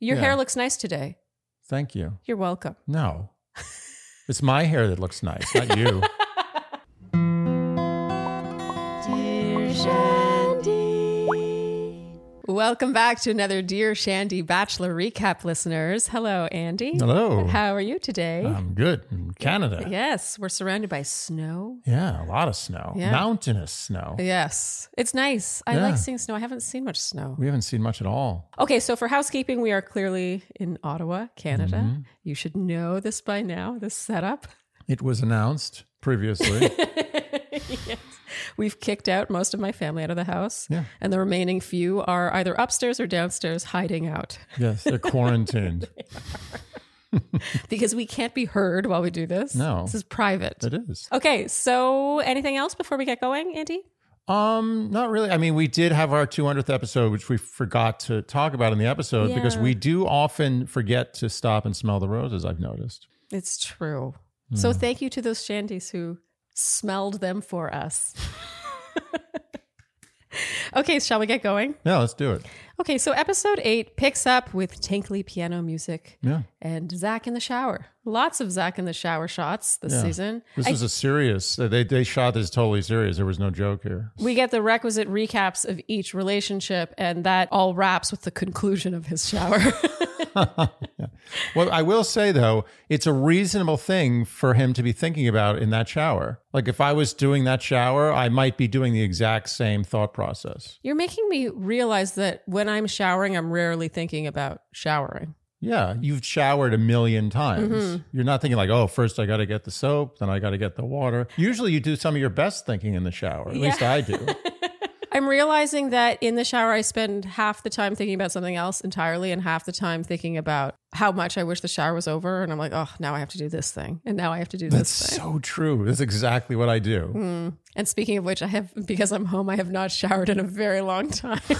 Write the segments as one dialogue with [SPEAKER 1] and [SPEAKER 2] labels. [SPEAKER 1] Your
[SPEAKER 2] Yeah.
[SPEAKER 1] hair looks nice today.
[SPEAKER 2] Thank you.
[SPEAKER 1] You're welcome.
[SPEAKER 2] No. it's my hair that looks nice, not you.
[SPEAKER 1] Welcome back to another Dear Shandy Bachelor Recap, listeners. Hello, Andy.
[SPEAKER 2] Hello.
[SPEAKER 1] How are you today?
[SPEAKER 2] I'm good. In Canada. Yeah.
[SPEAKER 1] yes, we're surrounded by snow.
[SPEAKER 2] a lot of snow.
[SPEAKER 1] Yeah.
[SPEAKER 2] Mountainous snow.
[SPEAKER 1] Yes, it's nice. I
[SPEAKER 2] Oh. Yeah.
[SPEAKER 1] like seeing snow. I haven't seen much snow.
[SPEAKER 2] We haven't seen much at all.
[SPEAKER 1] Okay, so for housekeeping, we are clearly in Ottawa, Canada.
[SPEAKER 2] Mm-hmm.
[SPEAKER 1] You should know this by now, this setup.
[SPEAKER 2] It was announced previously.
[SPEAKER 1] yes. We've kicked out most of my family out of the house,
[SPEAKER 2] Yeah.
[SPEAKER 1] and the remaining few are either upstairs or downstairs hiding out
[SPEAKER 2] yes, they're quarantined.
[SPEAKER 1] because we can't be heard while we do this.
[SPEAKER 2] No.
[SPEAKER 1] This is private.
[SPEAKER 2] It is.
[SPEAKER 1] Okay, so anything else before we get going, Andy?
[SPEAKER 2] Um, not really. I mean, we did have our 200th episode, which we forgot to talk about in the episode because
[SPEAKER 1] Yeah.
[SPEAKER 2] we do often forget to stop and smell the roses. I've noticed.
[SPEAKER 1] It's true.
[SPEAKER 2] Hmm.
[SPEAKER 1] So thank you to those shandies who smelled them for us. okay, shall we get going?
[SPEAKER 2] Yeah, let's do it.
[SPEAKER 1] Okay, so episode eight picks up with tinkly piano music
[SPEAKER 2] Yeah,
[SPEAKER 1] and Zach in the shower. Lots of Zach in the shower shots this
[SPEAKER 2] Yeah.
[SPEAKER 1] season.
[SPEAKER 2] this is a serious. They they shot this totally serious. There was no joke here.
[SPEAKER 1] We get the requisite recaps of each relationship, and that all wraps with the conclusion of his shower.
[SPEAKER 2] Well, I will say though, it's a reasonable thing for him to be thinking about in that shower. Like if I was doing that shower, I might be doing the exact same thought process.
[SPEAKER 1] You're making me realize that when I'm showering, I'm rarely thinking about showering.
[SPEAKER 2] Yeah, you've showered a million times.
[SPEAKER 1] Mm-hmm.
[SPEAKER 2] You're not thinking like, oh, first I got to get the soap, then I got to get the water. Usually you do some of your best thinking in the shower. At least I do.
[SPEAKER 1] I'm realizing that in the shower, I spend half the time thinking about something else entirely, and half the time thinking about how much I wish the shower was over. And I'm like, oh, now I have to do this thing, and now I have to do
[SPEAKER 2] That's
[SPEAKER 1] this thing.
[SPEAKER 2] so true. That's exactly what I do.
[SPEAKER 1] Mm. And speaking of which, I have because I'm home, I have not showered in a very long time.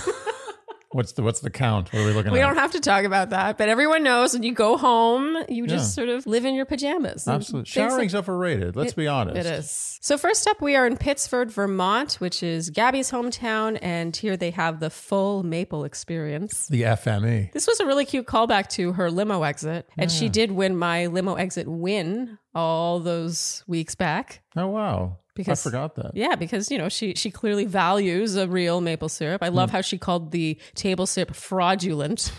[SPEAKER 2] What's the what's the count? What are we looking
[SPEAKER 1] we
[SPEAKER 2] at?
[SPEAKER 1] don't have to talk about that, but everyone knows when you go home, you just sort of live in your pajamas. and
[SPEAKER 2] Absolutely.
[SPEAKER 1] things like-
[SPEAKER 2] Showering's overrated. Let's be honest.
[SPEAKER 1] It is. So first up, we are in Pittsford, Vermont, which is Gabby's hometown, and here they have the full maple experience.
[SPEAKER 2] The E. FME.
[SPEAKER 1] This was a really cute callback to her limo exit, and she did win my limo exit win all those weeks back.
[SPEAKER 2] Oh wow.
[SPEAKER 1] Because-
[SPEAKER 2] I forgot that.
[SPEAKER 1] Yeah, because you know she she clearly values a real maple syrup. I love how she called the table syrup fraudulent.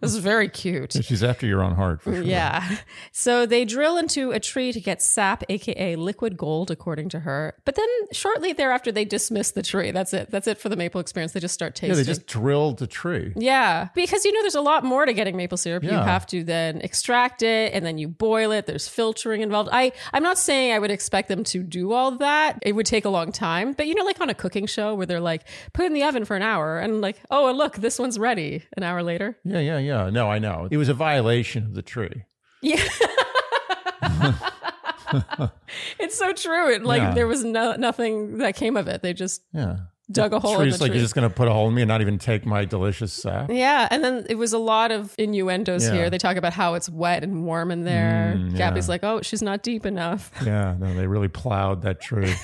[SPEAKER 1] this is very cute.
[SPEAKER 2] She's after your own heart for sure.
[SPEAKER 1] Yeah. So they drill into a tree to get sap, aka liquid gold, according to her. But then shortly thereafter, they dismiss the tree. That's it. That's it for the maple experience. They just start tasting.
[SPEAKER 2] Yeah, they just drilled the tree.
[SPEAKER 1] Yeah, because you know there's a lot more to getting maple syrup. You
[SPEAKER 2] Yeah.
[SPEAKER 1] have to then extract it and then you boil it. There's filtering involved. I I'm not saying I would expect them to do all that. It would take a long time. But you know like on a cooking show where they're like put it in the oven for an hour and like, "Oh, and look, this one's ready." An hour later.
[SPEAKER 2] Yeah, yeah, yeah. No, I know. It was a violation of the tree.
[SPEAKER 1] Yeah. it's so true. It like
[SPEAKER 2] Yeah.
[SPEAKER 1] there was no, nothing that came of it. They just
[SPEAKER 2] Yeah.
[SPEAKER 1] dug a hole in
[SPEAKER 2] Tree's
[SPEAKER 1] the
[SPEAKER 2] like
[SPEAKER 1] tree.
[SPEAKER 2] you're just gonna put a hole in me and not even take my delicious sap.
[SPEAKER 1] Yeah, and then it was a lot of innuendos
[SPEAKER 2] Yeah.
[SPEAKER 1] here. They talk about how it's wet and warm in there.
[SPEAKER 2] Mm, yeah.
[SPEAKER 1] Gabby's like, "Oh, she's not deep enough."
[SPEAKER 2] Yeah, no, they really plowed that tree.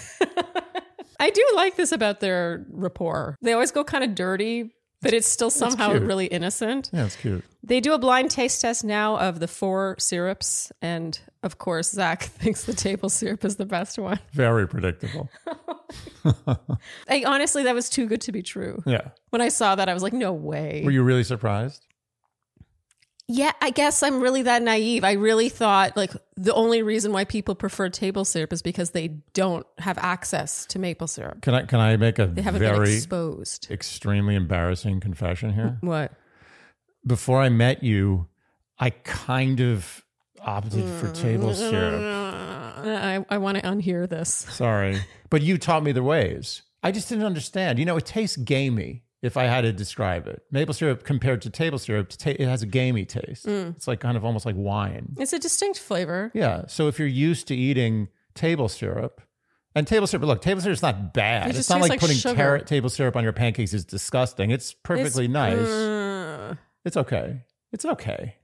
[SPEAKER 1] I do like this about their rapport. They always go kind of dirty, but it's still somehow
[SPEAKER 2] cute.
[SPEAKER 1] really innocent.
[SPEAKER 2] Yeah, it's cute.
[SPEAKER 1] They do a blind taste test now of the four syrups, and of course, Zach thinks the table syrup is the best one.
[SPEAKER 2] Very predictable.
[SPEAKER 1] I, honestly, that was too good to be true.
[SPEAKER 2] Yeah.
[SPEAKER 1] When I saw that, I was like, "No way."
[SPEAKER 2] Were you really surprised?
[SPEAKER 1] Yeah, I guess I'm really that naive. I really thought like the only reason why people prefer table syrup is because they don't have access to maple syrup.
[SPEAKER 2] Can I can I make a
[SPEAKER 1] They haven't been
[SPEAKER 2] very
[SPEAKER 1] exposed.
[SPEAKER 2] extremely embarrassing confession here?
[SPEAKER 1] What?
[SPEAKER 2] Before I met you, I kind of opted for table
[SPEAKER 1] Mm.
[SPEAKER 2] syrup.
[SPEAKER 1] I, I want to unhear this.
[SPEAKER 2] Sorry. But you taught me the ways. I just didn't understand. You know, it tastes gamey if I had to describe it. Maple syrup compared to table syrup, ta- it has a gamey taste.
[SPEAKER 1] Mm.
[SPEAKER 2] It's like kind of almost like wine.
[SPEAKER 1] It's a distinct flavor.
[SPEAKER 2] Yeah. So if you're used to eating table syrup, and table syrup, look, table syrup's not bad.
[SPEAKER 1] It
[SPEAKER 2] it's
[SPEAKER 1] just
[SPEAKER 2] not
[SPEAKER 1] tastes
[SPEAKER 2] like,
[SPEAKER 1] like
[SPEAKER 2] putting
[SPEAKER 1] sugar.
[SPEAKER 2] carrot table syrup on your pancakes is disgusting. It's perfectly nice.
[SPEAKER 1] Mm.
[SPEAKER 2] It's okay. It's okay.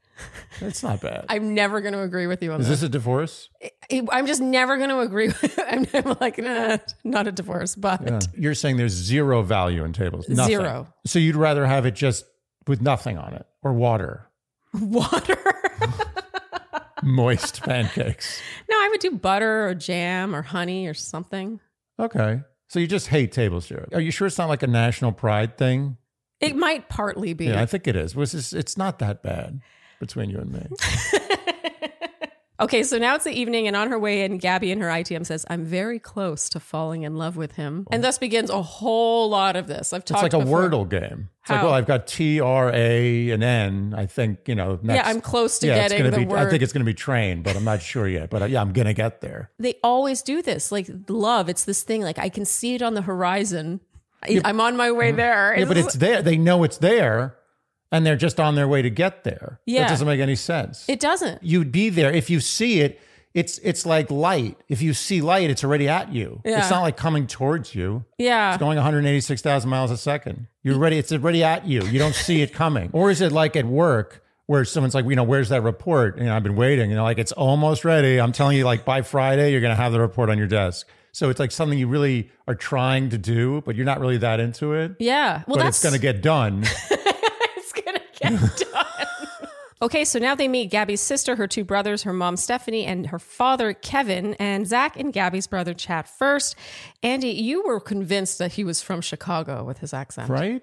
[SPEAKER 2] It's not bad.
[SPEAKER 1] I'm never going to agree with you on
[SPEAKER 2] is
[SPEAKER 1] this.
[SPEAKER 2] this a divorce?
[SPEAKER 1] I- I'm just never going to agree. With, I'm, I'm like, nah, not a divorce, but
[SPEAKER 2] Yeah. You're saying there's zero value in tables. Nothing.
[SPEAKER 1] zero.
[SPEAKER 2] So you'd rather have it just with nothing on it or water
[SPEAKER 1] water.
[SPEAKER 2] Moist pancakes.
[SPEAKER 1] no, I would do butter or jam or honey or something.
[SPEAKER 2] Okay. So you just hate table syrup. Are you sure it's not like a national pride thing?
[SPEAKER 1] It might partly be.
[SPEAKER 2] Yeah, I think it is. Which is it's not that bad between you and me.
[SPEAKER 1] Okay, so now it's the evening, and on her way in, Gabby in her ITM says, I'm very close to falling in love with him. And thus begins a whole lot of this. I've
[SPEAKER 2] It's
[SPEAKER 1] talked
[SPEAKER 2] like a
[SPEAKER 1] before.
[SPEAKER 2] Wordle game. It's like,
[SPEAKER 1] How?
[SPEAKER 2] well, I've got T R A and N. I think you know. Next,
[SPEAKER 1] Yeah, I'm close to
[SPEAKER 2] yeah, it's
[SPEAKER 1] getting
[SPEAKER 2] gonna
[SPEAKER 1] the
[SPEAKER 2] be.
[SPEAKER 1] word.
[SPEAKER 2] I think it's going to be train, but I'm not sure yet. But uh, yeah, I'm going to get there.
[SPEAKER 1] they always do this. Like love, it's this thing, like I can see it on the horizon. I- I'm on my way there.
[SPEAKER 2] Mm-hmm. Yeah, but it's there. They know it's there, and they're just on their way to get there.
[SPEAKER 1] Yeah.
[SPEAKER 2] that doesn't make any sense.
[SPEAKER 1] it doesn't.
[SPEAKER 2] You'd be there if you see it. It's it's like light. If you see light, it's already at you.
[SPEAKER 1] Yeah.
[SPEAKER 2] It's not like coming towards you.
[SPEAKER 1] Yeah.
[SPEAKER 2] It's going 186,000 miles a second. You're ready. It's already at you. You don't see it coming. Or is it like at work where someone's like, you know, where's that report? And I've been waiting. You know, like it's almost ready. I'm telling you, like by Friday, you're going to have the report on your desk. So it's like something you really are trying to do, but you're not really that into it.
[SPEAKER 1] yeah. Well,
[SPEAKER 2] but
[SPEAKER 1] that's
[SPEAKER 2] it's going to get done.
[SPEAKER 1] it's gonna get done. okay, so now they meet Gabby's sister, her two brothers, her mom Stephanie, and her father Kevin. And Zach and Gabby's brother chat first. Andy, you were convinced that he was from Chicago with his accent,
[SPEAKER 2] right?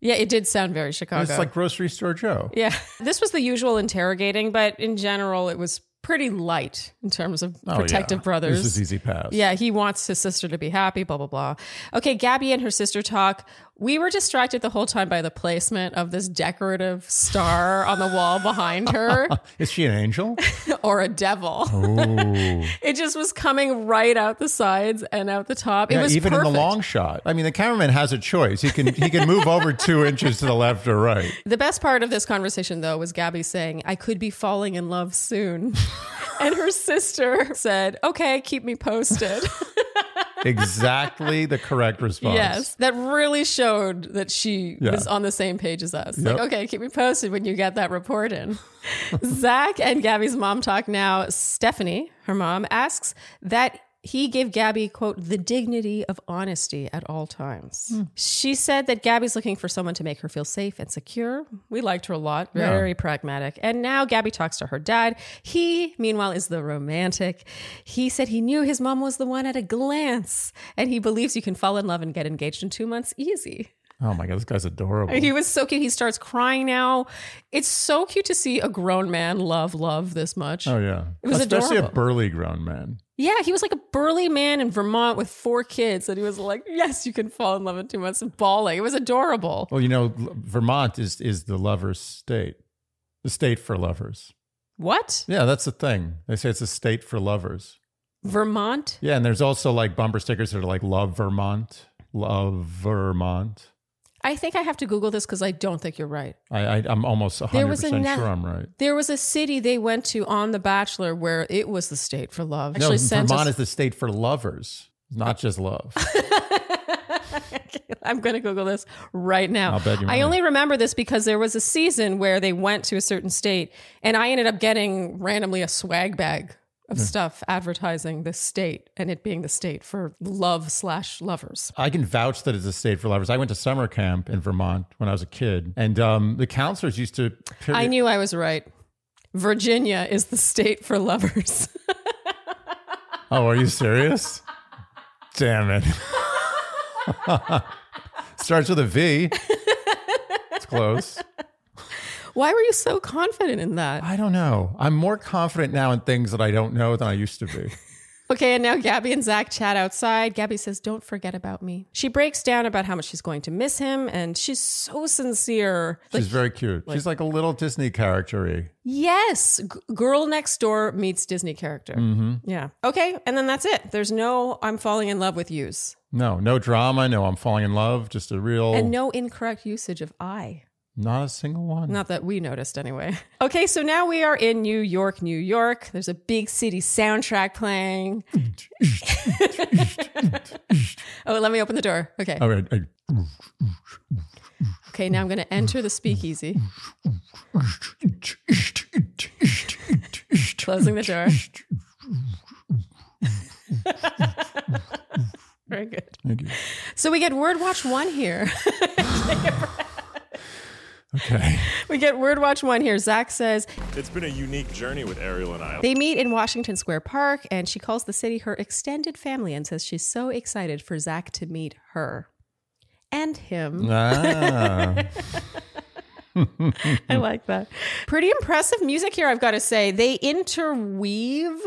[SPEAKER 1] Yeah, it did sound very Chicago.
[SPEAKER 2] It's like grocery store Joe.
[SPEAKER 1] yeah, this was the usual interrogating, but in general, it was pretty light in terms of
[SPEAKER 2] Oh, yeah.
[SPEAKER 1] protective brothers.
[SPEAKER 2] This is easy pass.
[SPEAKER 1] Yeah, he wants his sister to be happy, blah, blah, blah. Okay, Gabby and her sister talk. We were distracted the whole time by the placement of this decorative star on the wall behind her
[SPEAKER 2] Is she an angel?
[SPEAKER 1] or a devil.
[SPEAKER 2] Oh.
[SPEAKER 1] it just was coming right out the sides and out the top. It
[SPEAKER 2] Yeah,
[SPEAKER 1] was
[SPEAKER 2] even
[SPEAKER 1] perfect.
[SPEAKER 2] in the long shot. I mean, the cameraman has a choice. He can he can move over two inches to the left or right.
[SPEAKER 1] The best part of this conversation, though, was Gabby saying, I could be falling in love soon. and her sister said, Okay, keep me posted.
[SPEAKER 2] Exactly the correct response.
[SPEAKER 1] Yes, that really showed that she
[SPEAKER 2] Yeah.
[SPEAKER 1] was on the same page as us. Like,
[SPEAKER 2] Yep.
[SPEAKER 1] okay, keep me posted when you get that report in. Zach and Gabby's mom talk now. Stephanie, her mom, asks that he give Gabby, quote, the dignity of honesty at all times. She said that Gabby's looking for someone to make her feel safe and secure. We liked her a lot, very pragmatic. And now Gabby talks to her dad. He, meanwhile, is the romantic. He said he knew his mom was the one at a glance, and he believes you can fall in love and get engaged in two months easy.
[SPEAKER 2] Oh my god, this guy's adorable.
[SPEAKER 1] He was so cute. He starts crying now. It's so cute to see a grown man love love this much.
[SPEAKER 2] oh yeah, it
[SPEAKER 1] was
[SPEAKER 2] especially
[SPEAKER 1] adorable.
[SPEAKER 2] a burly grown man.
[SPEAKER 1] Yeah, he was like a burly man in Vermont with four kids, and he was like, "Yes, you can fall in love in two months," and bawling. It was adorable.
[SPEAKER 2] Well, you know, L- Vermont is is the lovers' state, the state for lovers.
[SPEAKER 1] What
[SPEAKER 2] Yeah, that's the thing. They say it's a state for lovers.
[SPEAKER 1] Vermont?
[SPEAKER 2] Yeah, and there's also like bumper stickers that are like "Love Vermont," "Love Vermont."
[SPEAKER 1] I think I have to Google this because I don't think you're right.
[SPEAKER 2] I, I I'm almost 100
[SPEAKER 1] There was a
[SPEAKER 2] percent
[SPEAKER 1] na-
[SPEAKER 2] sure I'm right.
[SPEAKER 1] There was a city they went to on The Bachelor where it was the state for love.
[SPEAKER 2] No,
[SPEAKER 1] Actually, sent
[SPEAKER 2] Vermont
[SPEAKER 1] us-
[SPEAKER 2] is the state for lovers, not just love.
[SPEAKER 1] I'm going to Google this right now.
[SPEAKER 2] I'll bet you're
[SPEAKER 1] I
[SPEAKER 2] right.
[SPEAKER 1] only remember this because there was a season where they went to a certain state and I ended up getting randomly a swag bag
[SPEAKER 2] Hmm.
[SPEAKER 1] of stuff advertising the state and it being the state for love slash lovers.
[SPEAKER 2] I can vouch that it's a state for lovers. I went to summer camp in Vermont when I was a kid, and um, the counselors used to.
[SPEAKER 1] I knew I was right. Virginia is the state for lovers.
[SPEAKER 2] Oh, are you serious? Damn it. Starts with a V. It's close.
[SPEAKER 1] Why were you so confident in that?
[SPEAKER 2] I don't know. I'm more confident now in things that I don't know than I used to be.
[SPEAKER 1] Okay, and now Gabby and Zach chat outside. Gabby says, Don't forget about me. She breaks down about how much she's going to miss him, and she's so sincere. Like,
[SPEAKER 2] She's very cute. She's like a little Disney character
[SPEAKER 1] Yes, G- girl next door meets Disney character. Yeah. Okay, and then that's it. There's no I'm falling in love with yous
[SPEAKER 2] No, no drama. No, I'm falling in love. Just a real,
[SPEAKER 1] and no incorrect usage of I.
[SPEAKER 2] not a single one.
[SPEAKER 1] Not that we noticed anyway. Okay, so now we are in New York, New York. There's a big city soundtrack playing. oh, let me open the door. Okay.
[SPEAKER 2] All right. I-
[SPEAKER 1] Okay, now I'm going to enter the speakeasy, closing the door. Very good.
[SPEAKER 2] Thank you.
[SPEAKER 1] So we get Word Watch 1 here.
[SPEAKER 2] Okay.
[SPEAKER 1] We get Word Watch One here. Zach says
[SPEAKER 3] It's been a unique journey with Ariel and I.
[SPEAKER 1] they meet in Washington Square Park, and she calls the city her extended family and says she's so excited for Zach to meet her and him.
[SPEAKER 2] Ah.
[SPEAKER 1] I like that. Pretty impressive music here, I've got to say. They interweave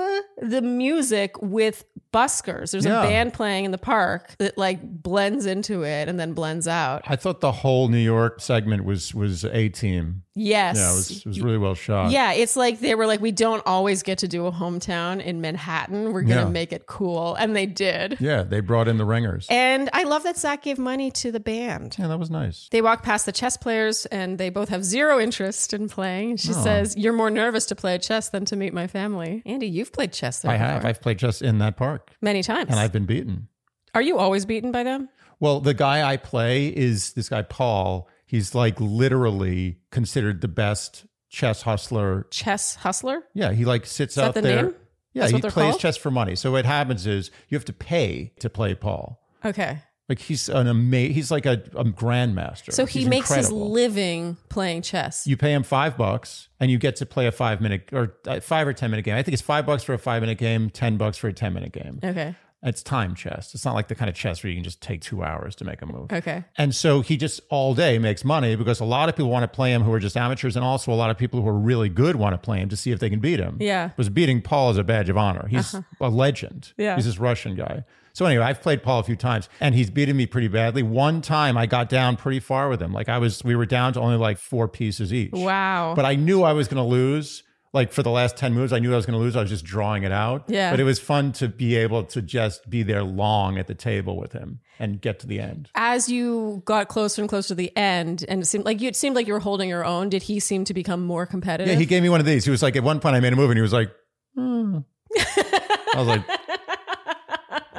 [SPEAKER 1] the music with buskers. There's
[SPEAKER 2] Yeah.
[SPEAKER 1] a band playing in the park that like blends into it and then blends out.
[SPEAKER 2] I thought the whole New York segment was was a team.
[SPEAKER 1] Yes.
[SPEAKER 2] Yeah, it was, it was really well shot.
[SPEAKER 1] Yeah, it's like they were like, we don't always get to do a hometown in Manhattan. We're going to
[SPEAKER 2] Yeah.
[SPEAKER 1] make it cool. And they did.
[SPEAKER 2] Yeah, they brought in the ringers.
[SPEAKER 1] And I love that Zach gave money to the band.
[SPEAKER 2] Yeah, that was nice.
[SPEAKER 1] They walk past the chess players and they both have zero interest in playing. She
[SPEAKER 2] Oh.
[SPEAKER 1] says, You're more nervous to play chess than to meet my family. Andy, you've played chess there
[SPEAKER 2] I have.
[SPEAKER 1] before.
[SPEAKER 2] I've played just in that park,
[SPEAKER 1] many times.
[SPEAKER 2] and I've been beaten.
[SPEAKER 1] Are you always beaten by them?
[SPEAKER 2] Well, the guy I play is this guy Paul. He's like literally considered the best chess hustler.
[SPEAKER 1] Chess hustler?
[SPEAKER 2] Yeah, he like sits
[SPEAKER 1] that
[SPEAKER 2] out
[SPEAKER 1] the
[SPEAKER 2] there.
[SPEAKER 1] name?
[SPEAKER 2] Yeah,
[SPEAKER 1] That's
[SPEAKER 2] he
[SPEAKER 1] what they're
[SPEAKER 2] plays
[SPEAKER 1] called?
[SPEAKER 2] chess for money. So what happens is you have to pay to play Paul.
[SPEAKER 1] Okay. Like,
[SPEAKER 2] Like he's an amazing. He's like a, a grandmaster.
[SPEAKER 1] so he
[SPEAKER 2] He's
[SPEAKER 1] makes his
[SPEAKER 2] incredible.
[SPEAKER 1] living playing chess.
[SPEAKER 2] You pay him five bucks, and you get to play a five minute or uh, five or ten minute game. I think it's five bucks for a five minute game, ten bucks for a ten minute game.
[SPEAKER 1] okay.
[SPEAKER 2] It's time chess. It's not like the kind of chess where you can just take two hours to make a move.
[SPEAKER 1] Okay.
[SPEAKER 2] And so he just all day makes money because a lot of people want to play him who are just amateurs, and also a lot of people who are really good want to play him to see if they can beat him.
[SPEAKER 1] Yeah. Uh-huh.
[SPEAKER 2] Because beating Paul is a badge of honor. He's a legend.
[SPEAKER 1] Yeah.
[SPEAKER 2] He's this Russian guy. So anyway, I've played Paul a few times and he's beaten me pretty badly. One time I got down pretty far with him. Like I was we were down to only like four pieces each.
[SPEAKER 1] Wow.
[SPEAKER 2] But I knew I was gonna lose. Like for the last 10 moves, I knew I was going to lose. I was just drawing it out.
[SPEAKER 1] Yeah.
[SPEAKER 2] But it was fun to be able to just be there long at the table with him and get to the end.
[SPEAKER 1] as you got closer and closer to the end, and it seemed like you it seemed like you were holding your own. Did he seem to become more competitive?
[SPEAKER 2] Yeah, he gave me one of these. He was like, at one point, I made a move, and he was like, "Hmm." I was like,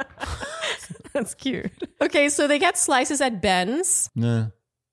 [SPEAKER 1] That's cute. Okay, so they get slices at Ben's.
[SPEAKER 2] nah,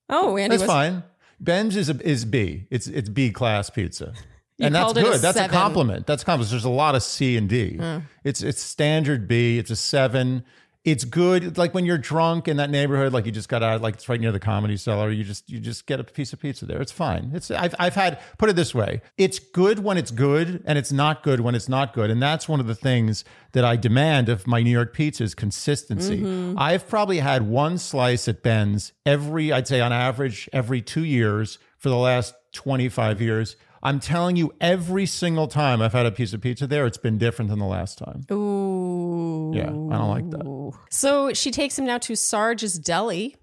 [SPEAKER 1] Oh, Andy
[SPEAKER 2] that's
[SPEAKER 1] was
[SPEAKER 2] fine. Ben's is a, is B. It's it's B class pizza, and that's
[SPEAKER 1] called it a
[SPEAKER 2] good. that's
[SPEAKER 1] seven.
[SPEAKER 2] a compliment. That's a compliment. There's a lot of C and D. It's it's standard B. It's a seven. It's good. Like when you're drunk in that neighborhood, like you just got out, like it's right near the comedy cellar. You just you just get a piece of pizza there. It's fine. It's I've I've had put it this way. It's good when it's good, and it's not good when it's not good. And that's one of the things that I demand of my New York pizza is consistency.
[SPEAKER 1] Mm-hmm.
[SPEAKER 2] I've probably had one slice at Ben's every I'd say on average every two years for the last twenty five years. I'm telling you, every single time I've had a piece of pizza there, it's been different than the last time.
[SPEAKER 1] Ooh.
[SPEAKER 2] Yeah, I don't like that.
[SPEAKER 1] So she takes him now to Sarge's Deli,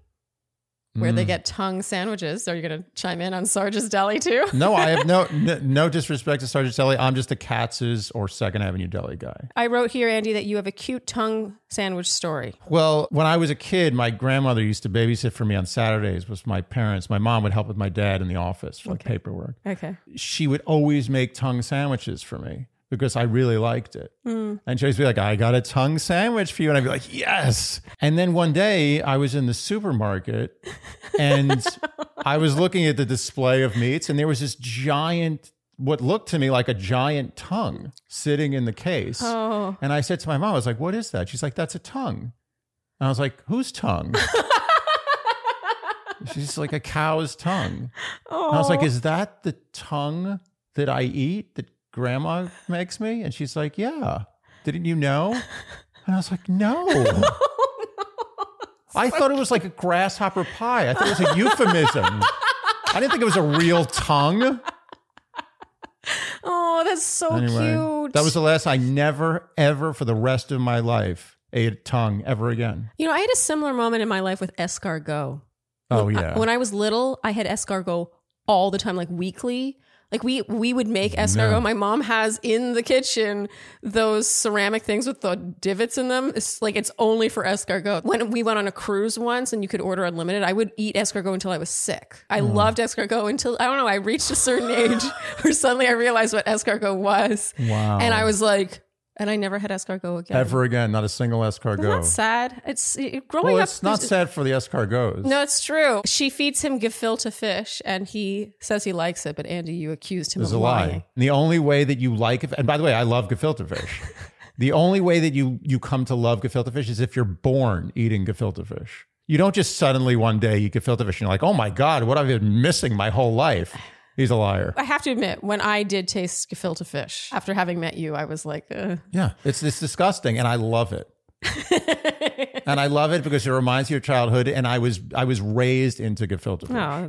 [SPEAKER 1] where
[SPEAKER 2] Mm.
[SPEAKER 1] they get tongue sandwiches. Are you going to chime in on Sarge's Deli too?
[SPEAKER 2] No, I have no no, no disrespect to Sergeant Deli. I'm just a Katz's or Second Avenue Deli guy.
[SPEAKER 1] I wrote here, Andy, that you have a cute tongue sandwich story.
[SPEAKER 2] Well, when I was a kid, my grandmother used to babysit for me on Saturdays with my parents. My mom would help with my dad in the office for like, paperwork.
[SPEAKER 1] Okay.
[SPEAKER 2] She would always make tongue sandwiches for me because I really liked it. And she would be like, I got a tongue sandwich for you. And I'd be like, yes. And then one day I was in the supermarket and I was looking at the display of meats and there was this giant, what looked to me like a giant tongue sitting in the case.
[SPEAKER 1] Oh.
[SPEAKER 2] And I said to my mom, I was like, what is that? She's like, that's a tongue. And I was like, whose tongue? She's like, a cow's tongue.
[SPEAKER 1] Oh.
[SPEAKER 2] And I was like, is that the tongue that I eat that grandma makes me? And she's like, yeah. Didn't you know? And I was like, no.
[SPEAKER 1] Oh,
[SPEAKER 2] I thought it was like a grasshopper pie. I thought it was a euphemism. I didn't think it was a real tongue.
[SPEAKER 1] oh, that's so cute.
[SPEAKER 2] that was the last I never, ever for the rest of my life ate a tongue ever again.
[SPEAKER 1] you know, I had a similar moment in my life with escargot.
[SPEAKER 2] Oh,
[SPEAKER 1] I-
[SPEAKER 2] yeah.
[SPEAKER 1] when I was little, I had escargot all the time, like weekly. Like we we would make escargot. My mom has in the kitchen those ceramic things with the divots in them. It's like it's only for escargot. When we went on a cruise once and you could order unlimited, I would eat escargot until I was sick. I
[SPEAKER 2] Hmm.
[SPEAKER 1] loved escargot until I don't know, I reached a certain age where suddenly I realized what escargot was.
[SPEAKER 2] Wow.
[SPEAKER 1] And I was like, and I never had escargot again.
[SPEAKER 2] Ever again, not a single escargot.
[SPEAKER 1] Isn't that sad? It's growing
[SPEAKER 2] well,
[SPEAKER 1] up.
[SPEAKER 2] it's not
[SPEAKER 1] there's-
[SPEAKER 2] sad for the escargots.
[SPEAKER 1] no, it's true. She feeds him gefilte fish, and he says he likes it. But Andy, you accused him
[SPEAKER 2] It's
[SPEAKER 1] of
[SPEAKER 2] a lie.
[SPEAKER 1] lying.
[SPEAKER 2] And the only way that you like, it- and by the way, I love gefilte fish. the only way that you you come to love gefilte fish is if you're born eating gefilte fish. You don't just suddenly one day you get filter fish and you're like, oh my God, what I've been missing my whole life. He's a liar.
[SPEAKER 1] I have to admit, when I did taste gefilte fish after having met you, I was like, uh,
[SPEAKER 2] Yeah, it's it's disgusting, and I love it. and I love it because it reminds you of childhood. And I was I was raised into gefilte fish.
[SPEAKER 1] no.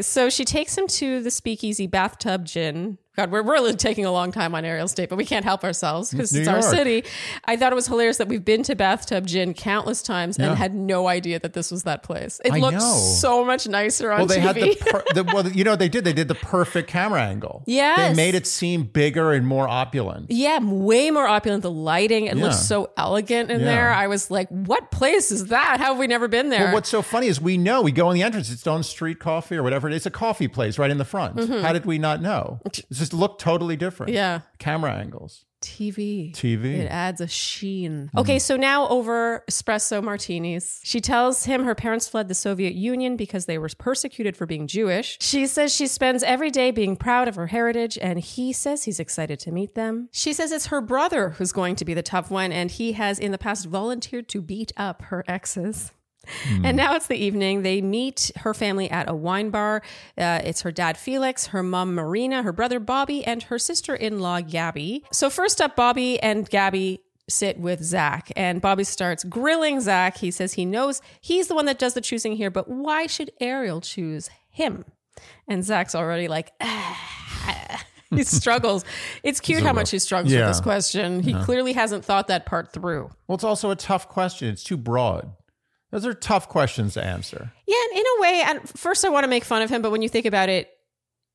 [SPEAKER 1] So she takes him to the speakeasy bathtub gin. God, we're really taking a long time on Ariel's date, but we can't help ourselves because
[SPEAKER 2] New
[SPEAKER 1] it's our
[SPEAKER 2] York.
[SPEAKER 1] city. I thought it was hilarious that we've been to bathtub gin countless times
[SPEAKER 2] Yeah.
[SPEAKER 1] and had no idea that this was that place. It
[SPEAKER 2] I
[SPEAKER 1] looked
[SPEAKER 2] know.
[SPEAKER 1] so much nicer on
[SPEAKER 2] Well, they
[SPEAKER 1] TV.
[SPEAKER 2] had the, per- the well, you know, what they did. They did the perfect camera angle.
[SPEAKER 1] Yes.
[SPEAKER 2] they made it seem bigger and more opulent.
[SPEAKER 1] Yeah, way more opulent. The lighting, it
[SPEAKER 2] Yeah.
[SPEAKER 1] looks so elegant in
[SPEAKER 2] Yeah.
[SPEAKER 1] there. I was like, what place is that? How have we never been there?
[SPEAKER 2] Well, what's so funny is we know we go in the entrance. It's Stone Street Coffee or whatever it is. It's a coffee place right in the front. How did we not know? It just looked totally different.
[SPEAKER 1] Mm-hmm. yeah.
[SPEAKER 2] camera angles,
[SPEAKER 1] TV.
[SPEAKER 2] TV.
[SPEAKER 1] It adds a sheen.
[SPEAKER 2] Hmm.
[SPEAKER 1] Okay, so now over espresso martinis. She tells him her parents fled the Soviet Union because they were persecuted for being Jewish. She says she spends every day being proud of her heritage, and he says he's excited to meet them. She says it's her brother who's going to be the tough one, and he has in the past volunteered to beat up her exes. And now it's the evening. They meet her family at a wine bar. Uh, it's her dad, Felix, her mom, Marina, her brother, Bobby, and her sister in law, Gabby. So, first up, Bobby and Gabby sit with Zach, and Bobby starts grilling Zach. He says he knows he's the one that does the choosing here, but why should Ariel choose him? And Zach's already like, "Ah." he struggles. It's cute how much he struggles
[SPEAKER 2] Yeah.
[SPEAKER 1] with this question. He clearly hasn't thought that part through.
[SPEAKER 2] Well, it's also a tough question. It's too broad. Those are tough questions to answer.
[SPEAKER 1] Yeah, and in a way, and first I want to make fun of him, but when you think about it,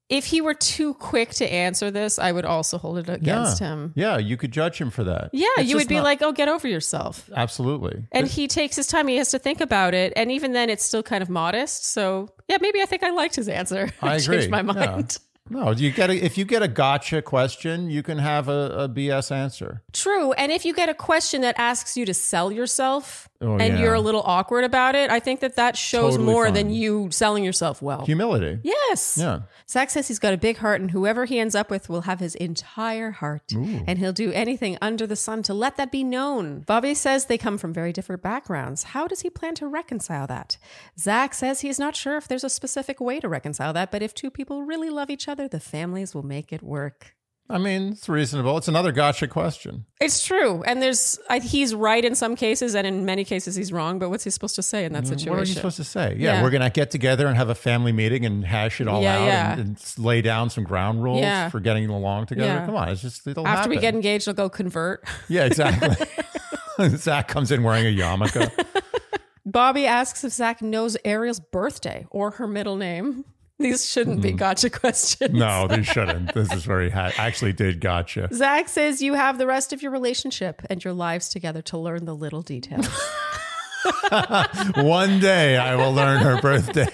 [SPEAKER 1] if he were too quick to answer this, I would also hold it against
[SPEAKER 2] yeah.
[SPEAKER 1] him.
[SPEAKER 2] Yeah, you could judge him for that.
[SPEAKER 1] Yeah,
[SPEAKER 2] It's
[SPEAKER 1] you would
[SPEAKER 2] just
[SPEAKER 1] be
[SPEAKER 2] not-
[SPEAKER 1] like, "Oh, get over yourself."
[SPEAKER 2] absolutely.
[SPEAKER 1] And he takes his time; he has to think about it, and even then, it's still kind of modest. So, yeah, maybe I think I liked his answer.
[SPEAKER 2] I agree.
[SPEAKER 1] Changed my
[SPEAKER 2] Yeah.
[SPEAKER 1] mind.
[SPEAKER 2] No, you get a, if you get a gotcha question, you can have a, a BS answer.
[SPEAKER 1] True, and if you get a question that asks you to sell yourself,
[SPEAKER 2] Oh,
[SPEAKER 1] and
[SPEAKER 2] yeah.
[SPEAKER 1] you're a little awkward about it, I think that that shows
[SPEAKER 2] Totally
[SPEAKER 1] more
[SPEAKER 2] fine.
[SPEAKER 1] than you selling yourself well.
[SPEAKER 2] Humility.
[SPEAKER 1] yes.
[SPEAKER 2] Yeah.
[SPEAKER 1] Zach says he's got a big heart, and whoever he ends up with will have his entire heart, and he'll do anything under the sun to let that be known. Bobby says they come from very different backgrounds. How does he plan to reconcile that? Zach says he's not sure if there's a specific way to reconcile that, but if two people really love each other, the families will make it work.
[SPEAKER 2] I mean, it's reasonable. It's another gotcha question.
[SPEAKER 1] It's true, and there's I, he's right in some cases, and in many cases he's wrong. But what's he supposed to say in that situation?
[SPEAKER 2] Mm, What are you supposed to say? Yeah,
[SPEAKER 1] Yeah.
[SPEAKER 2] we're going to get together and have a family meeting and hash it all
[SPEAKER 1] Yeah,
[SPEAKER 2] out
[SPEAKER 1] yeah.
[SPEAKER 2] And, and s- lay down some ground rules
[SPEAKER 1] Yeah.
[SPEAKER 2] for getting along together.
[SPEAKER 1] Yeah.
[SPEAKER 2] Come on, it's just it'll
[SPEAKER 1] After we
[SPEAKER 2] happen.
[SPEAKER 1] get engaged, I'll go convert.
[SPEAKER 2] yeah, exactly. Zach comes in wearing a yarmulke.
[SPEAKER 1] Bobby asks if Zach knows Ariel's birthday or her middle name. These shouldn't be gotcha questions.
[SPEAKER 2] Hmm. No, they shouldn't. This is where he ha- actually did gotcha.
[SPEAKER 1] Zach says you have the rest of your relationship and your lives together to learn the little details.
[SPEAKER 2] One day I will learn her birthday.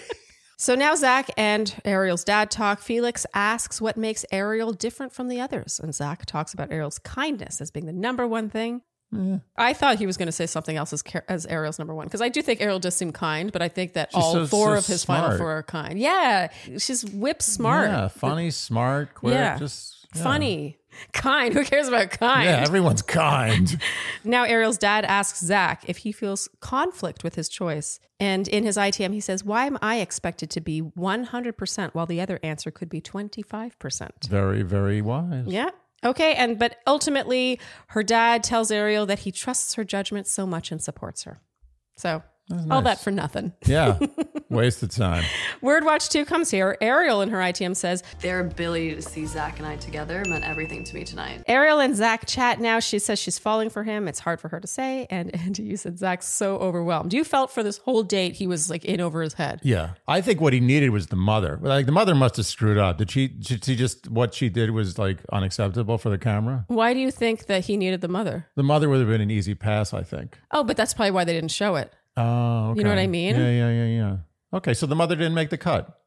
[SPEAKER 1] so now Zach and Ariel's dad talk. Felix asks what makes Ariel different from the others. And Zach talks about Ariel's kindness as being the number one thing. I thought he was going to say something else as, Car- as Ariel's number one because I do think Ariel does seem kind, but I think that all
[SPEAKER 2] so-
[SPEAKER 1] four
[SPEAKER 2] so
[SPEAKER 1] of his final
[SPEAKER 2] smart.
[SPEAKER 1] four are kind. Yeah, she's whip smart.
[SPEAKER 2] Yeah, funny, smart, quick,
[SPEAKER 1] Yeah.
[SPEAKER 2] just yeah.
[SPEAKER 1] funny, kind. Who cares about kind?
[SPEAKER 2] Yeah, everyone's kind.
[SPEAKER 1] Now, Ariel's dad asks Zach if he feels conflict with his choice. And in his ITM, he says, Why am I expected to be 100% while the other answer could be 25%?
[SPEAKER 2] very, very wise.
[SPEAKER 1] Yeah. Okay. And, but ultimately, her dad tells Ariel that he trusts her judgment so much and supports her. So, all that for nothing.
[SPEAKER 2] Yeah, wasted time.
[SPEAKER 1] Word Watch 2 comes here. Ariel in her ITM says,
[SPEAKER 4] Their ability to see Zach and I together meant everything to me tonight.
[SPEAKER 1] Ariel and Zach chat now. She says she's falling for him. It's hard for her to say. And Andy, you said Zach's so overwhelmed. You felt for this whole date he was like in over his head.
[SPEAKER 2] Yeah, I think what he needed was the mother. Like the mother must have screwed up. Did she? Did she just what she did was like unacceptable for the camera?
[SPEAKER 1] Why do you think that he needed the mother?
[SPEAKER 2] The mother would have been an easy pass, I think.
[SPEAKER 1] Oh, but that's probably why they didn't show it.
[SPEAKER 2] Oh, okay.
[SPEAKER 1] You know what I mean?
[SPEAKER 2] Yeah, yeah, yeah, yeah. Okay, so the mother didn't make the cut.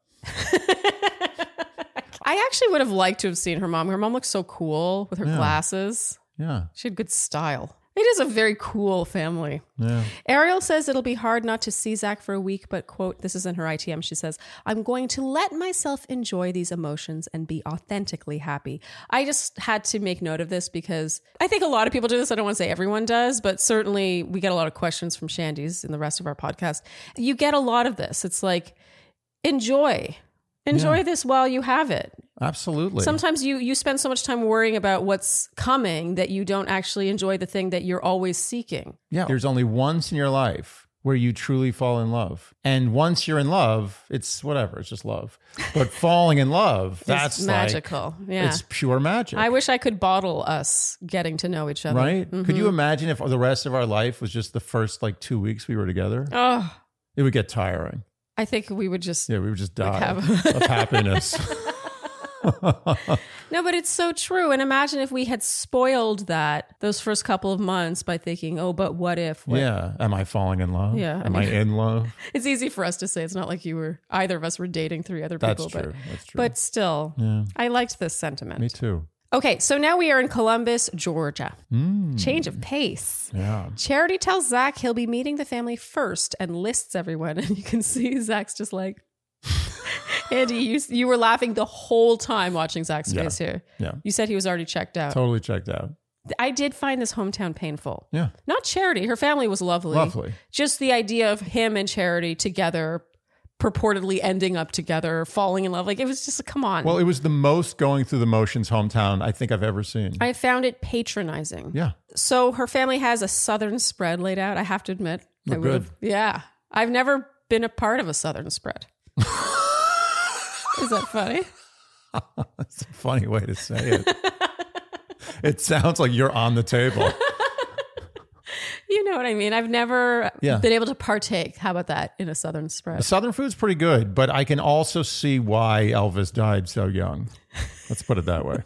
[SPEAKER 1] I actually would have liked to have seen her mom. Her mom looked so cool with her glasses.
[SPEAKER 2] Yeah,
[SPEAKER 1] She had good style. It is a very cool family.
[SPEAKER 2] Yeah.
[SPEAKER 1] Ariel says it'll be hard not to see Zach for a week, but quote, this is in her ITM. She says, I'm going to let myself enjoy these emotions and be authentically happy. I just had to make note of this because I think a lot of people do this. I don't want to say everyone does, but certainly we get a lot of questions from Shandy's in the rest of our podcast. You get a lot of this. It's like, enjoy. Enjoy this while you have it.
[SPEAKER 2] Absolutely.
[SPEAKER 1] Sometimes you you spend so much time worrying about what's coming that you don't actually enjoy the thing that you're always seeking.
[SPEAKER 2] Yeah. There's only once in your life where you truly fall in love. And once you're in love, it's whatever, it's just love. But falling in love, that's
[SPEAKER 1] it's
[SPEAKER 2] like-
[SPEAKER 1] magical. yeah.
[SPEAKER 2] It's pure magic.
[SPEAKER 1] I wish I could bottle us getting to know each other. Mm-hmm.
[SPEAKER 2] right? Could you imagine if the rest of our life was just the first like 2 weeks we were together?
[SPEAKER 1] Oh,
[SPEAKER 2] It would get tiring.
[SPEAKER 1] I think we would just
[SPEAKER 2] Yeah, we would just die
[SPEAKER 1] have-
[SPEAKER 2] of happiness.
[SPEAKER 1] No, but it's so true. And imagine if we had spoiled that those first couple of months by thinking, "Oh, but what if?" What?
[SPEAKER 2] yeah. Am I falling in love?
[SPEAKER 1] Yeah, I
[SPEAKER 2] Am
[SPEAKER 1] mean-
[SPEAKER 2] I in love?
[SPEAKER 1] It's easy for us to say. It's not like you were either of us were dating three other
[SPEAKER 2] That's
[SPEAKER 1] people,
[SPEAKER 2] true.
[SPEAKER 1] but
[SPEAKER 2] That's true.
[SPEAKER 1] but still.
[SPEAKER 2] yeah.
[SPEAKER 1] I liked this sentiment.
[SPEAKER 2] Me too.
[SPEAKER 1] Okay, so now we are in Columbus, Georgia.
[SPEAKER 2] Mm-hmm.
[SPEAKER 1] Change of pace.
[SPEAKER 2] Hmm. Yeah.
[SPEAKER 1] Charity tells Zach he'll be meeting the family first and lists everyone. And you can see Zach's just like, Andy, you, you were laughing the whole time watching Zach's
[SPEAKER 2] Yeah.
[SPEAKER 1] face here.
[SPEAKER 2] Yeah.
[SPEAKER 1] You said he was already checked out.
[SPEAKER 2] Totally checked out.
[SPEAKER 1] I did find this hometown painful.
[SPEAKER 2] Yeah.
[SPEAKER 1] Not Charity. Her family was lovely.
[SPEAKER 2] Lovely.
[SPEAKER 1] Just the idea of him and Charity together, purportedly ending up together, falling in love. Like, it was just, come on.
[SPEAKER 2] Well, it was the most going through the motions hometown I think I've ever seen.
[SPEAKER 1] I found it patronizing.
[SPEAKER 2] yeah.
[SPEAKER 1] So her family has a southern spread laid out. I have to admit, I
[SPEAKER 2] Oh,
[SPEAKER 1] would
[SPEAKER 2] good.
[SPEAKER 1] have- Yeah, I've never been a part of a southern spread. Is that funny?
[SPEAKER 2] It's a funny way to say it. it sounds like you're on the table.
[SPEAKER 1] You know what I mean. I've never
[SPEAKER 2] Yeah.
[SPEAKER 1] been able to partake. How about that in a southern spread?
[SPEAKER 2] Southern food's pretty good, but I can also see why Elvis died so young. Let's put it that way.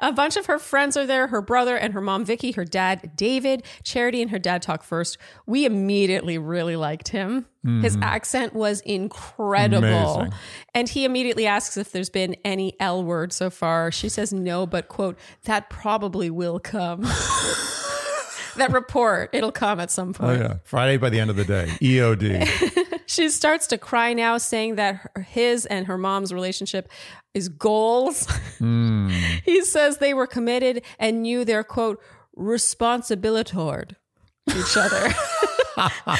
[SPEAKER 1] A bunch of her friends are there. Her brother and her mom, Vicky. Her dad, David. Charity and her dad talk first. We immediately really liked him. His accent was incredible,
[SPEAKER 2] Mm-hmm. Amazing.
[SPEAKER 1] and he immediately asks if there's been any L word so far. She says no, but quote that probably will come. that report it'll come at some point.
[SPEAKER 2] Oh, yeah. Friday by the end of the day. E EOD.
[SPEAKER 1] She starts to cry now, saying that her, his and her mom's relationship is goals.
[SPEAKER 2] Hmm.
[SPEAKER 1] he says they were committed and knew their quote responsibility toward each other.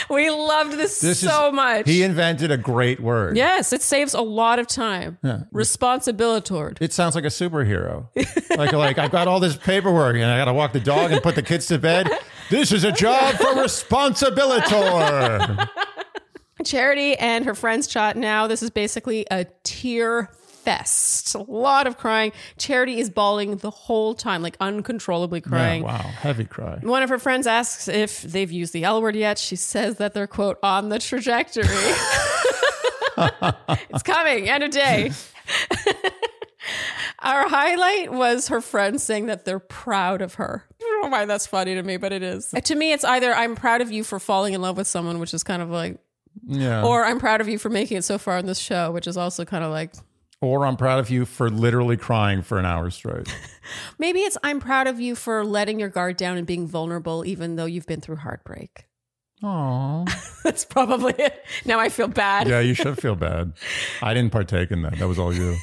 [SPEAKER 1] we loved this,
[SPEAKER 2] This is-
[SPEAKER 1] so much.
[SPEAKER 2] He invented a great word.
[SPEAKER 1] yes, it saves a lot of time. Responsibility toward.
[SPEAKER 2] It sounds like a superhero. like, like I've got all this paperwork and I got to walk the dog and put the kids to bed. This is a job for responsibilitor.
[SPEAKER 1] Charity and her friends chat now. This is basically a tear fest. A lot of crying. Charity is bawling the whole time, like uncontrollably
[SPEAKER 2] Yeah,
[SPEAKER 1] crying.
[SPEAKER 2] wow, heavy cry.
[SPEAKER 1] One of her friends asks if they've used the L word yet. She says that they're, quote, on the trajectory. it's coming, end of day. Our highlight was her friend saying that they're proud of her. I don't know why that's funny to me, but it is. To me, it's either I'm proud of you for falling in love with someone, which is kind of like,
[SPEAKER 2] Yeah.
[SPEAKER 1] or I'm proud of you for making it so far on this show, which is also kind of like,
[SPEAKER 2] or I'm proud of you for literally crying for an hour straight.
[SPEAKER 1] maybe it's I'm proud of you for letting your guard down and being vulnerable, even though you've been through heartbreak.
[SPEAKER 2] Aww.
[SPEAKER 1] That's probably it. Now I feel bad.
[SPEAKER 2] Yeah, you should feel bad. I didn't partake in that. That was all you.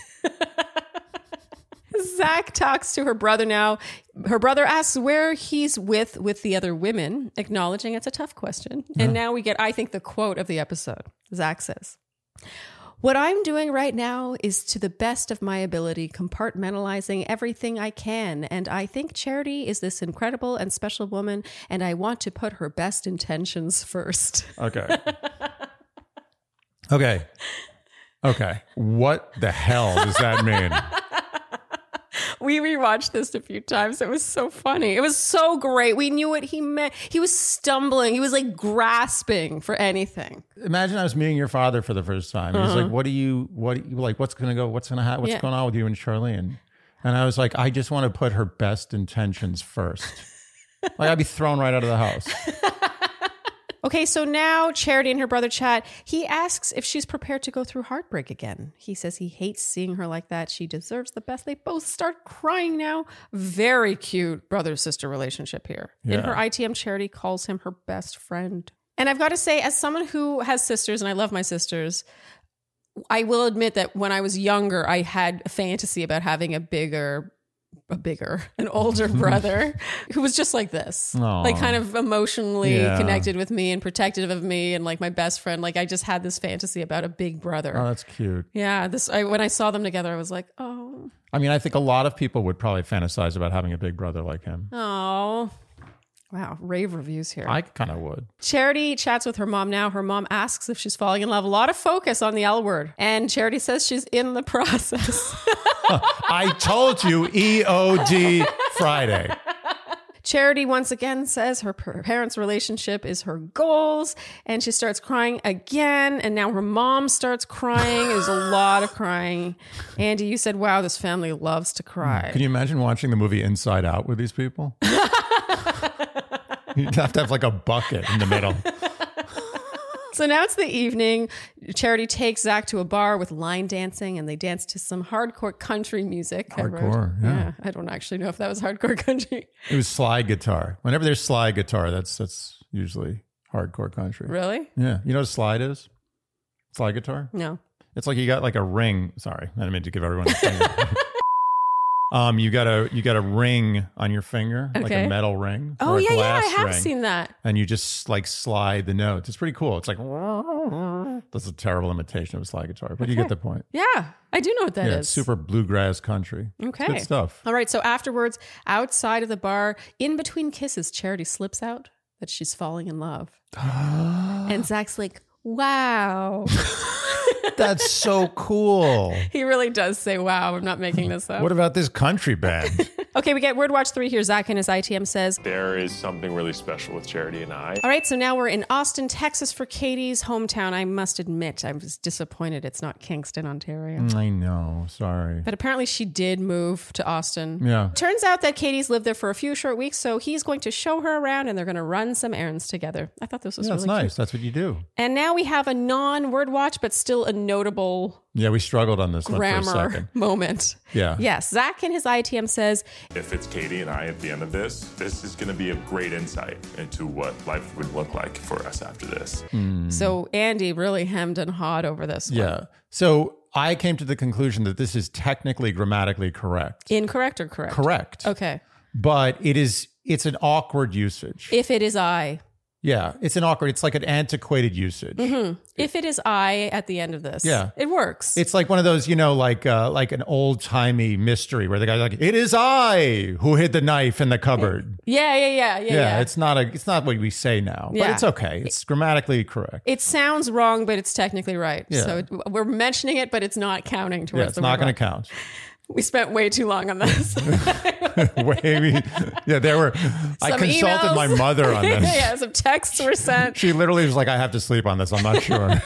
[SPEAKER 1] Zach talks to her brother now. Her brother asks where he's with with the other women, acknowledging it's a tough question. And now we get, I think, the quote of the episode. Zach says, "What I'm doing right now is to the best of my ability, compartmentalizing everything I can, and I think Charity is this incredible and special woman, and I want to put her best intentions first.
[SPEAKER 2] Okay. Okay. Okay. What the hell does that mean?
[SPEAKER 1] We rewatched this a few times. It was so funny. It was so great. We knew what he meant. He was stumbling. He was like grasping for anything.
[SPEAKER 2] Imagine I was meeting your father for the first time. He's like, "What do you? What do you- like? What's gonna go? What's gonna happen? What's
[SPEAKER 1] Yeah.
[SPEAKER 2] going on with you and Charlene?" And I was like, "I just want to put her best intentions first. like I'd be thrown right out of the house.
[SPEAKER 1] Okay, so now Charity and her brother chat. He asks if she's prepared to go through heartbreak again. He says he hates seeing her like that. She deserves the best. They both start crying now. Very cute brother sister relationship here. In
[SPEAKER 2] Yeah.
[SPEAKER 1] her ITM, Charity calls him her best friend. And I've got to say, as someone who has sisters, and I love my sisters, I will admit that when I was younger, I had a fantasy about having a bigger, a bigger, an older brother who was just like this,
[SPEAKER 2] Aw.
[SPEAKER 1] like kind of emotionally
[SPEAKER 2] Yeah.
[SPEAKER 1] connected with me and protective of me, and like my best friend. Like I just had this fantasy about a big brother.
[SPEAKER 2] Oh, that's cute.
[SPEAKER 1] yeah, this I, when I saw them together, I was like, oh,
[SPEAKER 2] I mean, I think a lot of people would probably fantasize about having a big brother like him.
[SPEAKER 1] oh. Wow, rave reviews here.
[SPEAKER 2] I kind of would.
[SPEAKER 1] Charity chats with her mom now. Her mom asks if she's falling in love. A lot of focus on the L word. And Charity says she's in the process.
[SPEAKER 2] I told you, EOD Friday.
[SPEAKER 1] Charity once again says her per- parents' relationship is her goals, and she starts crying again. And now her mom starts crying. There's a lot of crying. Andy, you said, "Wow, this family loves to cry."
[SPEAKER 2] Can you imagine watching the movie Inside Out with these people? You'd have to have like a bucket in the middle.
[SPEAKER 1] so now it's the evening. Charity takes Zach to a bar with line dancing, and they dance to some hardcore country music. I wrote.
[SPEAKER 2] Hardcore, yeah.
[SPEAKER 1] I don't actually know if that was hardcore country.
[SPEAKER 2] It was slide guitar. Whenever there's slide guitar, that's that's usually hardcore country.
[SPEAKER 1] Really?
[SPEAKER 2] Yeah. You know what a slide is? Slide guitar?
[SPEAKER 1] No.
[SPEAKER 2] It's like you got like a ring. Sorry, I didn't mean to give everyone a finger. um, you got a you got a ring on your finger, like
[SPEAKER 1] Okay.
[SPEAKER 2] a metal ring.
[SPEAKER 1] Oh
[SPEAKER 2] or a
[SPEAKER 1] yeah, yeah.
[SPEAKER 2] glass
[SPEAKER 1] I have
[SPEAKER 2] ring,
[SPEAKER 1] seen that.
[SPEAKER 2] And you just like slide the notes. It's pretty cool. It's like that's a terrible imitation of a slide guitar, but you get the point.
[SPEAKER 1] Yeah, I do know what that is.
[SPEAKER 2] yeah, it's super bluegrass country. It's
[SPEAKER 1] Okay.
[SPEAKER 2] good stuff.
[SPEAKER 1] All right. So afterwards, outside of the bar, in between kisses, Charity slips out that she's falling in love. and Zach's like, wow.
[SPEAKER 2] That's so cool.
[SPEAKER 1] he really does say, wow. I'm not making this up.
[SPEAKER 2] What about this country band?
[SPEAKER 1] okay. We get Word Watch 3 here. Zach in his ITM says,
[SPEAKER 3] There is something really special with Charity and I.
[SPEAKER 1] all right, so now we're in Austin, Texas for Katie's hometown. I must admit, I was disappointed it's not Kingston, Ontario.
[SPEAKER 2] I know. Sorry.
[SPEAKER 1] But apparently, she did move to Austin.
[SPEAKER 2] Yeah.
[SPEAKER 1] Turns out that Katie's lived there for a few short weeks, so he's going to show her around and they're going to run some errands together. I thought this was
[SPEAKER 2] That's
[SPEAKER 1] really
[SPEAKER 2] nice.
[SPEAKER 1] cute.
[SPEAKER 2] That's what you do.
[SPEAKER 1] And now we have a non word watch, but still a notable
[SPEAKER 2] Yeah, we struggled on this one for a
[SPEAKER 1] grammar
[SPEAKER 2] second.
[SPEAKER 1] moment.
[SPEAKER 2] Yeah.
[SPEAKER 1] Yes. Zach in his ITM says,
[SPEAKER 3] If it's Katie and I at the end of this, this is going to be a great insight into what life would look like for us after this.
[SPEAKER 1] so Andy really hemmed and hawed over this one.
[SPEAKER 2] Mm. Yeah. So I came to the conclusion that this is technically grammatically correct.
[SPEAKER 1] Incorrect or correct?
[SPEAKER 2] correct.
[SPEAKER 1] Okay.
[SPEAKER 2] But it is it's an awkward usage.
[SPEAKER 1] If it is I,
[SPEAKER 2] yeah. It's an awkward, it's like an antiquated usage.
[SPEAKER 1] Mm-hmm. if it is I at the end of this,
[SPEAKER 2] Yeah.
[SPEAKER 1] it works.
[SPEAKER 2] It's like one of those, you know, like uh, like an old timey mystery where the guy's like, It is I who hid the knife in the cupboard.
[SPEAKER 1] yeah, yeah, yeah, yeah,
[SPEAKER 2] Yeah,
[SPEAKER 1] yeah.
[SPEAKER 2] it's not a it's not what we say now.
[SPEAKER 1] Yeah.
[SPEAKER 2] But it's okay. It's grammatically correct.
[SPEAKER 1] It sounds wrong, but it's technically right.
[SPEAKER 2] Yeah.
[SPEAKER 1] So it, we're mentioning it, but it's not counting towards
[SPEAKER 2] yeah, it's
[SPEAKER 1] the
[SPEAKER 2] not
[SPEAKER 1] word
[SPEAKER 2] going
[SPEAKER 1] wrong.
[SPEAKER 2] to count.
[SPEAKER 1] We spent way too long on this.
[SPEAKER 2] Wavy. yeah, there were. I
[SPEAKER 1] Some
[SPEAKER 2] consulted
[SPEAKER 1] emails.
[SPEAKER 2] my mother on this.
[SPEAKER 1] yeah, some texts were sent.
[SPEAKER 2] She literally was like, I have to sleep on this. I'm not sure.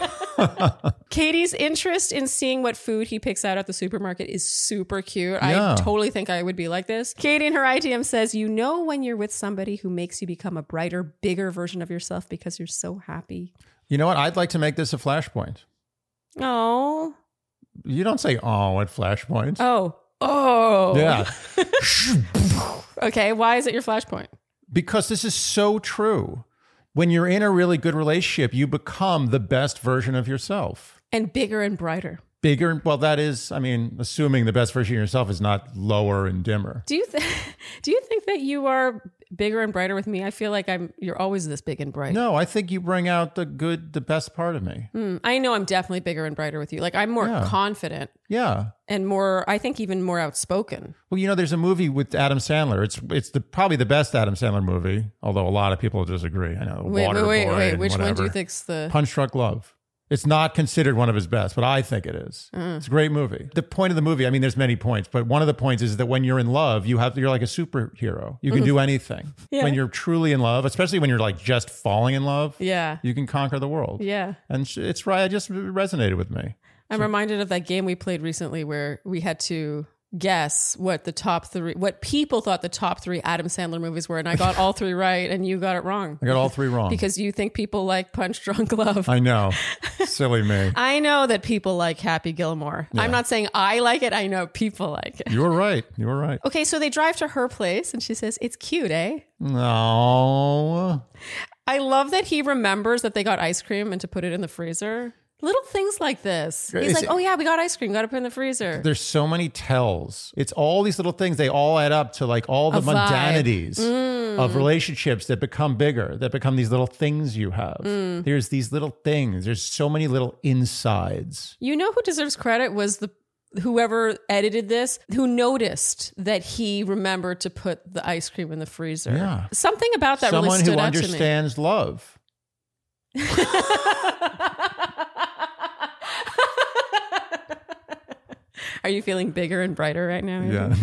[SPEAKER 1] Katie's interest in seeing what food he picks out at the supermarket is super cute. I
[SPEAKER 2] Yeah.
[SPEAKER 1] totally think I would be like this. Katie in her ITM says, You know, when you're with somebody who makes you become a brighter, bigger version of yourself because you're so happy.
[SPEAKER 2] you know what? I'd like to make this a flashpoint.
[SPEAKER 1] Oh,
[SPEAKER 2] You don't say, oh, at flashpoint.
[SPEAKER 1] oh, oh.
[SPEAKER 2] Yeah.
[SPEAKER 1] Okay. Why is it your flashpoint?
[SPEAKER 2] because this is so true. When you're in a really good relationship, you become the best version of yourself.
[SPEAKER 1] And bigger and brighter.
[SPEAKER 2] Bigger, well, that is, I mean, assuming the best version of yourself is not lower and dimmer.
[SPEAKER 1] Do you th- do you think that you are bigger and brighter with me? I feel like I'm. You're always this big and bright.
[SPEAKER 2] No, I think you bring out the good, the best part of me.
[SPEAKER 1] Mm, I know I'm definitely bigger and brighter with you. Like I'm more
[SPEAKER 2] Yeah.
[SPEAKER 1] confident
[SPEAKER 2] Yeah.
[SPEAKER 1] and more. I think even more outspoken.
[SPEAKER 2] Well, you know, there's a movie with Adam Sandler. It's it's the probably the best Adam Sandler movie, although a lot of people disagree. I know.
[SPEAKER 1] Wait, wait,
[SPEAKER 2] Waterboy
[SPEAKER 1] wait, wait.
[SPEAKER 2] and
[SPEAKER 1] Which one do you
[SPEAKER 2] whatever.
[SPEAKER 1] think's the?
[SPEAKER 2] Punch Drunk Love. It's not considered one of his best, but I think it is.
[SPEAKER 1] Mm.
[SPEAKER 2] It's a great movie. The point of the movie, I mean, there's many points, but one of the points is that when you're in love, you have you're like a superhero. You can do anything.
[SPEAKER 1] Mm-hmm. Yeah.
[SPEAKER 2] When you're truly in love, especially when you're like just falling in love,
[SPEAKER 1] Yeah,
[SPEAKER 2] you can conquer the world.
[SPEAKER 1] yeah.
[SPEAKER 2] And sh- it's right. It just resonated with me.
[SPEAKER 1] I'm reminded of that game we played recently where we had to guess what the top three, what people thought the top three Adam Sandler movies were, and I got all three right, and you got it wrong
[SPEAKER 2] I got all three wrong.
[SPEAKER 1] because you think people like Punch Drunk Love.
[SPEAKER 2] I know. Silly me.
[SPEAKER 1] I know that people like Happy Gilmore. I'm not saying I like it. I know people like it.
[SPEAKER 2] You were right. You were right.
[SPEAKER 1] Okay, so they drive to her place and she says, It's cute, eh?
[SPEAKER 2] No.
[SPEAKER 1] I love that he remembers that they got ice cream and to put it in the freezer. Little things like this. He's
[SPEAKER 2] It's-
[SPEAKER 1] like, Oh, yeah, we got ice cream. Got to put it in the freezer.
[SPEAKER 2] There's so many tells. It's all these little things. They all add up to like all the
[SPEAKER 1] A vibe. Mm.
[SPEAKER 2] mundanities of relationships that become bigger, that become these little things you have.
[SPEAKER 1] Mm.
[SPEAKER 2] There's these little things. There's so many little insides.
[SPEAKER 1] You know who deserves credit was the whoever edited this who noticed that he remembered to put the ice cream in the freezer.
[SPEAKER 2] Yeah.
[SPEAKER 1] Something about that
[SPEAKER 2] Someone
[SPEAKER 1] really stood
[SPEAKER 2] who
[SPEAKER 1] out
[SPEAKER 2] understands love.
[SPEAKER 1] to me. Are you feeling bigger and brighter right now? Andrew?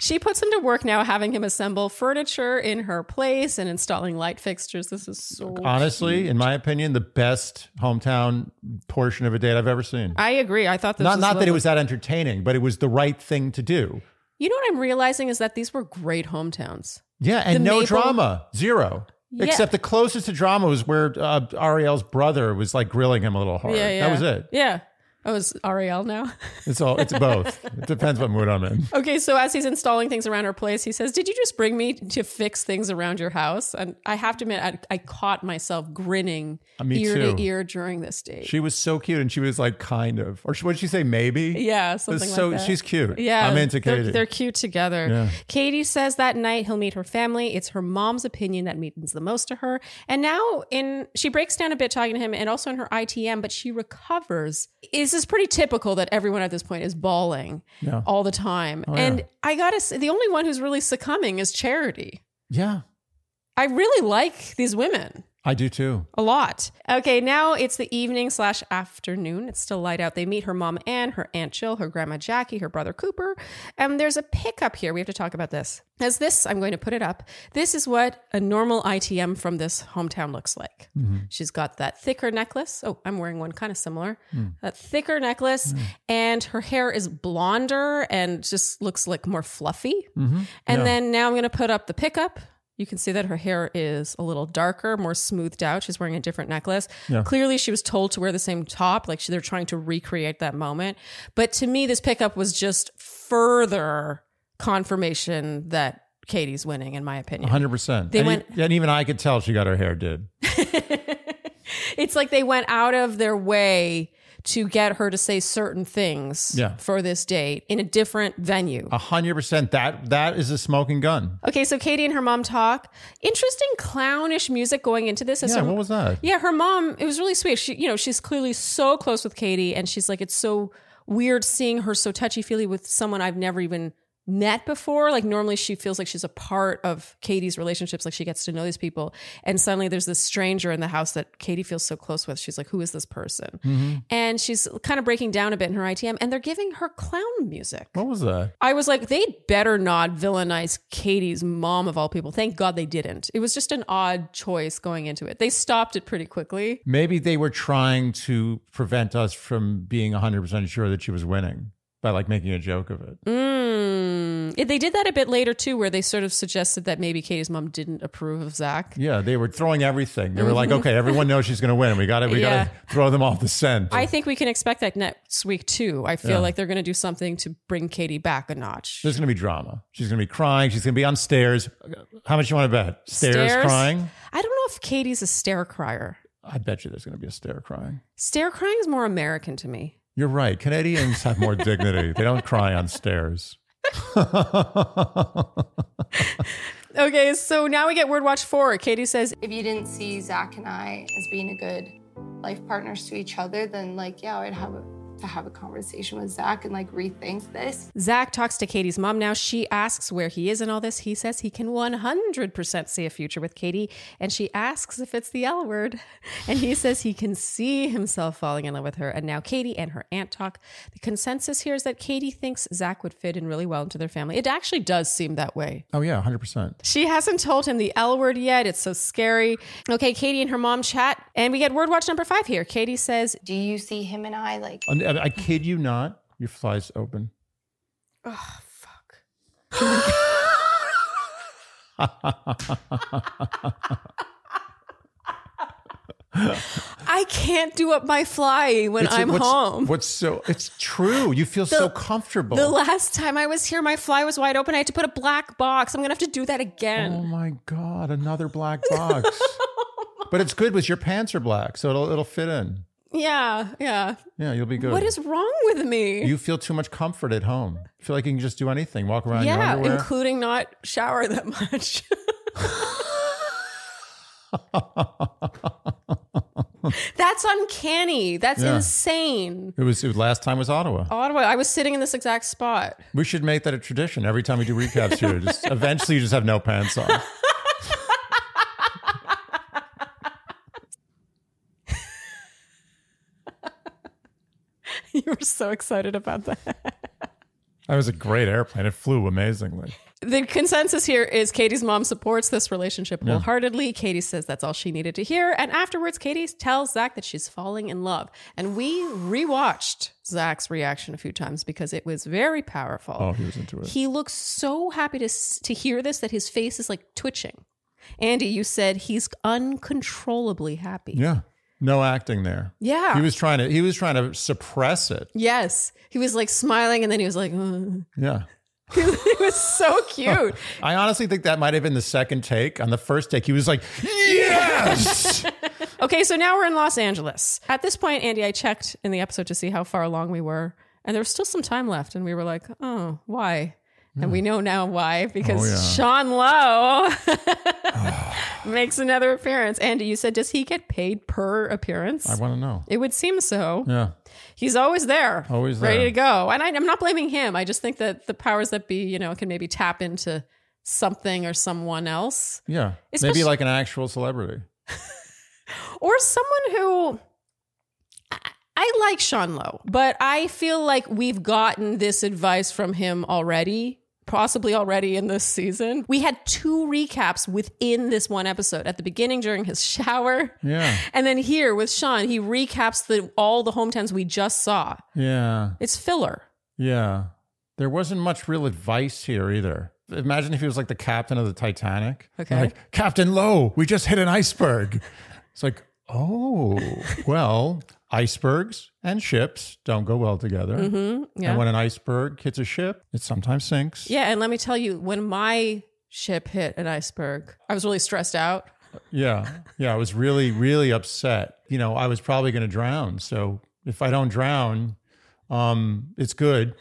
[SPEAKER 1] She puts him to work now, having him assemble furniture in her place and installing light fixtures. This is so.
[SPEAKER 2] Honestly, in my opinion, the best hometown portion of a date I've ever seen.
[SPEAKER 1] I agree. I thought this
[SPEAKER 2] not
[SPEAKER 1] was
[SPEAKER 2] not that it
[SPEAKER 1] lovely.
[SPEAKER 2] was that entertaining, but it was the right thing to do.
[SPEAKER 1] You know what I'm realizing is that these were great hometowns.
[SPEAKER 2] Yeah, and
[SPEAKER 1] The
[SPEAKER 2] no
[SPEAKER 1] Maple-
[SPEAKER 2] drama, zero.
[SPEAKER 1] Yeah.
[SPEAKER 2] Except the closest to drama was where uh, Ariel's brother was like grilling him a little hard.
[SPEAKER 1] Yeah, yeah.
[SPEAKER 2] That was it.
[SPEAKER 1] Yeah. Oh, is Ariel now?
[SPEAKER 2] It's all. It's both. it depends what mood I'm in.
[SPEAKER 1] okay, so as he's installing things around her place, he says, Did you just bring me to fix things around your house? And I have to admit, I, I caught myself grinning
[SPEAKER 2] Uh, me
[SPEAKER 1] ear
[SPEAKER 2] too.
[SPEAKER 1] to ear during this date.
[SPEAKER 2] She was so cute, and she was like kind of, or she, what did she say? Maybe.
[SPEAKER 1] yeah,
[SPEAKER 2] It was
[SPEAKER 1] something
[SPEAKER 2] so
[SPEAKER 1] like that.
[SPEAKER 2] she's cute.
[SPEAKER 1] Yeah,
[SPEAKER 2] I'm into
[SPEAKER 1] they're-
[SPEAKER 2] Katie.
[SPEAKER 1] They're, cute together.
[SPEAKER 2] Yeah.
[SPEAKER 1] Katie says that night he'll meet her family. It's her mom's opinion that means the most to her. And now in she breaks down a bit talking to him, and also in her ITM, but she recovers. This is pretty typical that everyone at this point is bawling
[SPEAKER 2] Yeah.
[SPEAKER 1] all the time. and I gotta say, the only one who's really succumbing is Charity.
[SPEAKER 2] yeah,
[SPEAKER 1] I really like these women
[SPEAKER 2] I do too.
[SPEAKER 1] a lot. Okay, now it's the evening slash afternoon. It's still light out. They meet her mom Anne, her aunt Jill, her grandma Jackie, her brother Cooper. And there's a pickup here. We have to talk about this. As this, I'm going to put it up. This is what a normal ITM from this hometown looks like. She's got that thicker necklace. Oh, I'm wearing one kind of similar. That thicker necklace, and her hair is blonder and just looks like more fluffy. And then now I'm going to put up the pickup. You can see that her hair is a little darker, more smoothed out. She's wearing a different necklace. Clearly, she was told to wear the same top. Like she, they're trying to recreate that moment. But to me, this pickup was just further confirmation that Katie's winning, in my opinion.
[SPEAKER 2] 100. percent
[SPEAKER 1] They
[SPEAKER 2] and, e-
[SPEAKER 1] went-
[SPEAKER 2] and even I could tell she got her hair did.
[SPEAKER 1] it's like they went out of their way to get her to say certain things
[SPEAKER 2] Yeah. Uh,
[SPEAKER 1] for this date in a different venue.
[SPEAKER 2] hundred percent. That that is a smoking gun.
[SPEAKER 1] Okay, so Katie and her mom talk. Interesting clownish music going into this. As
[SPEAKER 2] Yeah.
[SPEAKER 1] her-
[SPEAKER 2] What was that?
[SPEAKER 1] Yeah, her mom, it was really sweet. She, you know, she's clearly so close with Katie and she's like, it's so weird seeing her so touchy feely with someone I've never even met before. Like, normally she feels like she's a part of Katie's relationships, like she gets to know these people. And suddenly there's this stranger in the house that Katie feels so close with. She's like, who is this person? And she's kind of breaking down a bit in her ITM and they're giving her clown music.
[SPEAKER 2] What was that?
[SPEAKER 1] I was like, they better not villainize Katie's mom of all people. Thank God they didn't. It was just an odd choice going into it. They stopped it pretty quickly.
[SPEAKER 2] Maybe they were trying to prevent us from being 100% sure that she was winning by like making a joke of
[SPEAKER 1] Mm-hmm.
[SPEAKER 2] it.
[SPEAKER 1] Mm. Yeah, They did that a bit later too, where they sort of suggested that maybe Katie's mom didn't approve of Zach.
[SPEAKER 2] Yeah, they were throwing everything. They were like, okay, everyone knows she's going to win. We got to we
[SPEAKER 1] Mm-hmm. Yeah.
[SPEAKER 2] got to throw them off the scent.
[SPEAKER 1] I think we can expect that next week too. I feel
[SPEAKER 2] Yeah.
[SPEAKER 1] like they're going to do something to bring Katie back a notch.
[SPEAKER 2] There's going to be drama. She's going to be crying. She's going to be on stairs. How much you want to bet? Stairs, crying?
[SPEAKER 1] I don't know if Katie's a stare crier.
[SPEAKER 2] I bet you there's going to be a stair crying.
[SPEAKER 1] Stare crying is more American to me.
[SPEAKER 2] You're right. Canadians have more dignity. They don't cry on stairs. Oh,
[SPEAKER 1] Okay, so now we get word watch four. Katie says,
[SPEAKER 5] if you didn't see Zach and I as being a good life partners to each other, then like yeah, I'd have a, to have a conversation with Zach and like rethink this.
[SPEAKER 1] Zach talks to Katie's mom now. She asks where he is in all this. He says he can 100% see a future with Katie, and she asks if it's the L word. And he says he can see himself falling in love with her. And now Katie and her aunt talk. The consensus here is that Katie thinks Zach would fit in really well into their family. It actually does seem that way.
[SPEAKER 2] Oh, yeah, 100%.
[SPEAKER 1] She hasn't told him the L word yet. It's so scary. Okay, Katie and her mom chat, and we get word watch number five here. Katie says,
[SPEAKER 5] Do you see him and I like
[SPEAKER 2] I, I kid you not. Your fly's open.
[SPEAKER 1] Oh, fuck. I can't do up my fly when
[SPEAKER 2] It's-
[SPEAKER 1] I'm
[SPEAKER 2] what's-
[SPEAKER 1] home.
[SPEAKER 2] What's so? It's true. You feel so comfortable.
[SPEAKER 1] the last time I was here, my fly was wide open. I had to put a black box. I'm gonna have to do that
[SPEAKER 2] oh
[SPEAKER 1] again.
[SPEAKER 2] my god, another black box. but it's good because your pants are black, so it'll it'll fit in.
[SPEAKER 1] Yeah, yeah.
[SPEAKER 2] Yeah, you'll be good.
[SPEAKER 1] What is wrong with me?
[SPEAKER 2] You feel too much comfort at home. You feel like you can just do anything, walk around in your
[SPEAKER 1] yeah,
[SPEAKER 2] underwear.
[SPEAKER 1] including not shower that much. That's uncanny. That's
[SPEAKER 2] Yeah.
[SPEAKER 1] insane.
[SPEAKER 2] it was it was- last time was Ottawa.
[SPEAKER 1] Ottawa, I was sitting in this exact spot.
[SPEAKER 2] We should make that a tradition every time we do recaps here. Just eventually, you just have no pants on.
[SPEAKER 1] you were so excited about that.
[SPEAKER 2] That was a great airplane. It flew amazingly.
[SPEAKER 1] The consensus here is Katie's mom supports this relationship wholeheartedly. Katie says that's all she needed to hear. And afterwards, Katie tells Zach that she's falling in love. And we rewatched Zach's reaction a few times because it was very powerful.
[SPEAKER 2] Oh, he was into it.
[SPEAKER 1] He looks so happy to s- to hear this that his face is like twitching. Andy, you said he's uncontrollably happy.
[SPEAKER 2] Yeah, no acting there.
[SPEAKER 1] Yeah.
[SPEAKER 2] he was trying to he was trying to suppress it.
[SPEAKER 1] Yes, he was like smiling, and then he was like, "Ugh."
[SPEAKER 2] Yeah.
[SPEAKER 1] it was so cute.
[SPEAKER 2] I honestly think that might have been the second take. On the first take, he was like, "Yes."
[SPEAKER 1] Okay, so now we're in Los Angeles. At this point, Andy, I checked in the episode to see how far along we were, and there was still some time left, and we were like, "Oh, why?" And we know now why because
[SPEAKER 2] Oh, yeah.
[SPEAKER 1] Sean Lowe makes another appearance. Andy, you said, does he get paid per appearance?
[SPEAKER 2] I want to know.
[SPEAKER 1] It would seem so.
[SPEAKER 2] Yeah.
[SPEAKER 1] He's always there,
[SPEAKER 2] Always
[SPEAKER 1] ready
[SPEAKER 2] there.
[SPEAKER 1] to go. And I, I'm not blaming him. I just think that the powers that be, you know, can maybe tap into something or someone else,
[SPEAKER 2] Yeah.
[SPEAKER 1] Especially-
[SPEAKER 2] Maybe like an actual celebrity.
[SPEAKER 1] or someone who. I- I like Sean Lowe, but I feel like we've gotten this advice from him already. Possibly already in this season. We had two recaps within this one episode at the beginning during his shower.
[SPEAKER 2] Yeah.
[SPEAKER 1] And then here with Sean, he recaps the all the hometowns we just saw.
[SPEAKER 2] Yeah.
[SPEAKER 1] It's filler.
[SPEAKER 2] Yeah. There wasn't much real advice here either. Imagine if he was like the captain of the Titanic.
[SPEAKER 1] Okay.
[SPEAKER 2] Like, Captain Lowe, we just hit an iceberg. It's like, oh, well, icebergs and ships don't go well together.
[SPEAKER 1] Mm-hmm. Yeah.
[SPEAKER 2] And when an iceberg hits a ship, it sometimes sinks.
[SPEAKER 1] yeah. And let me tell you, when my ship hit an iceberg, I was really stressed out.
[SPEAKER 2] Yeah. Yeah. I was really, really upset. You know, I was probably going to drown. So if I don't drown, um, it's good.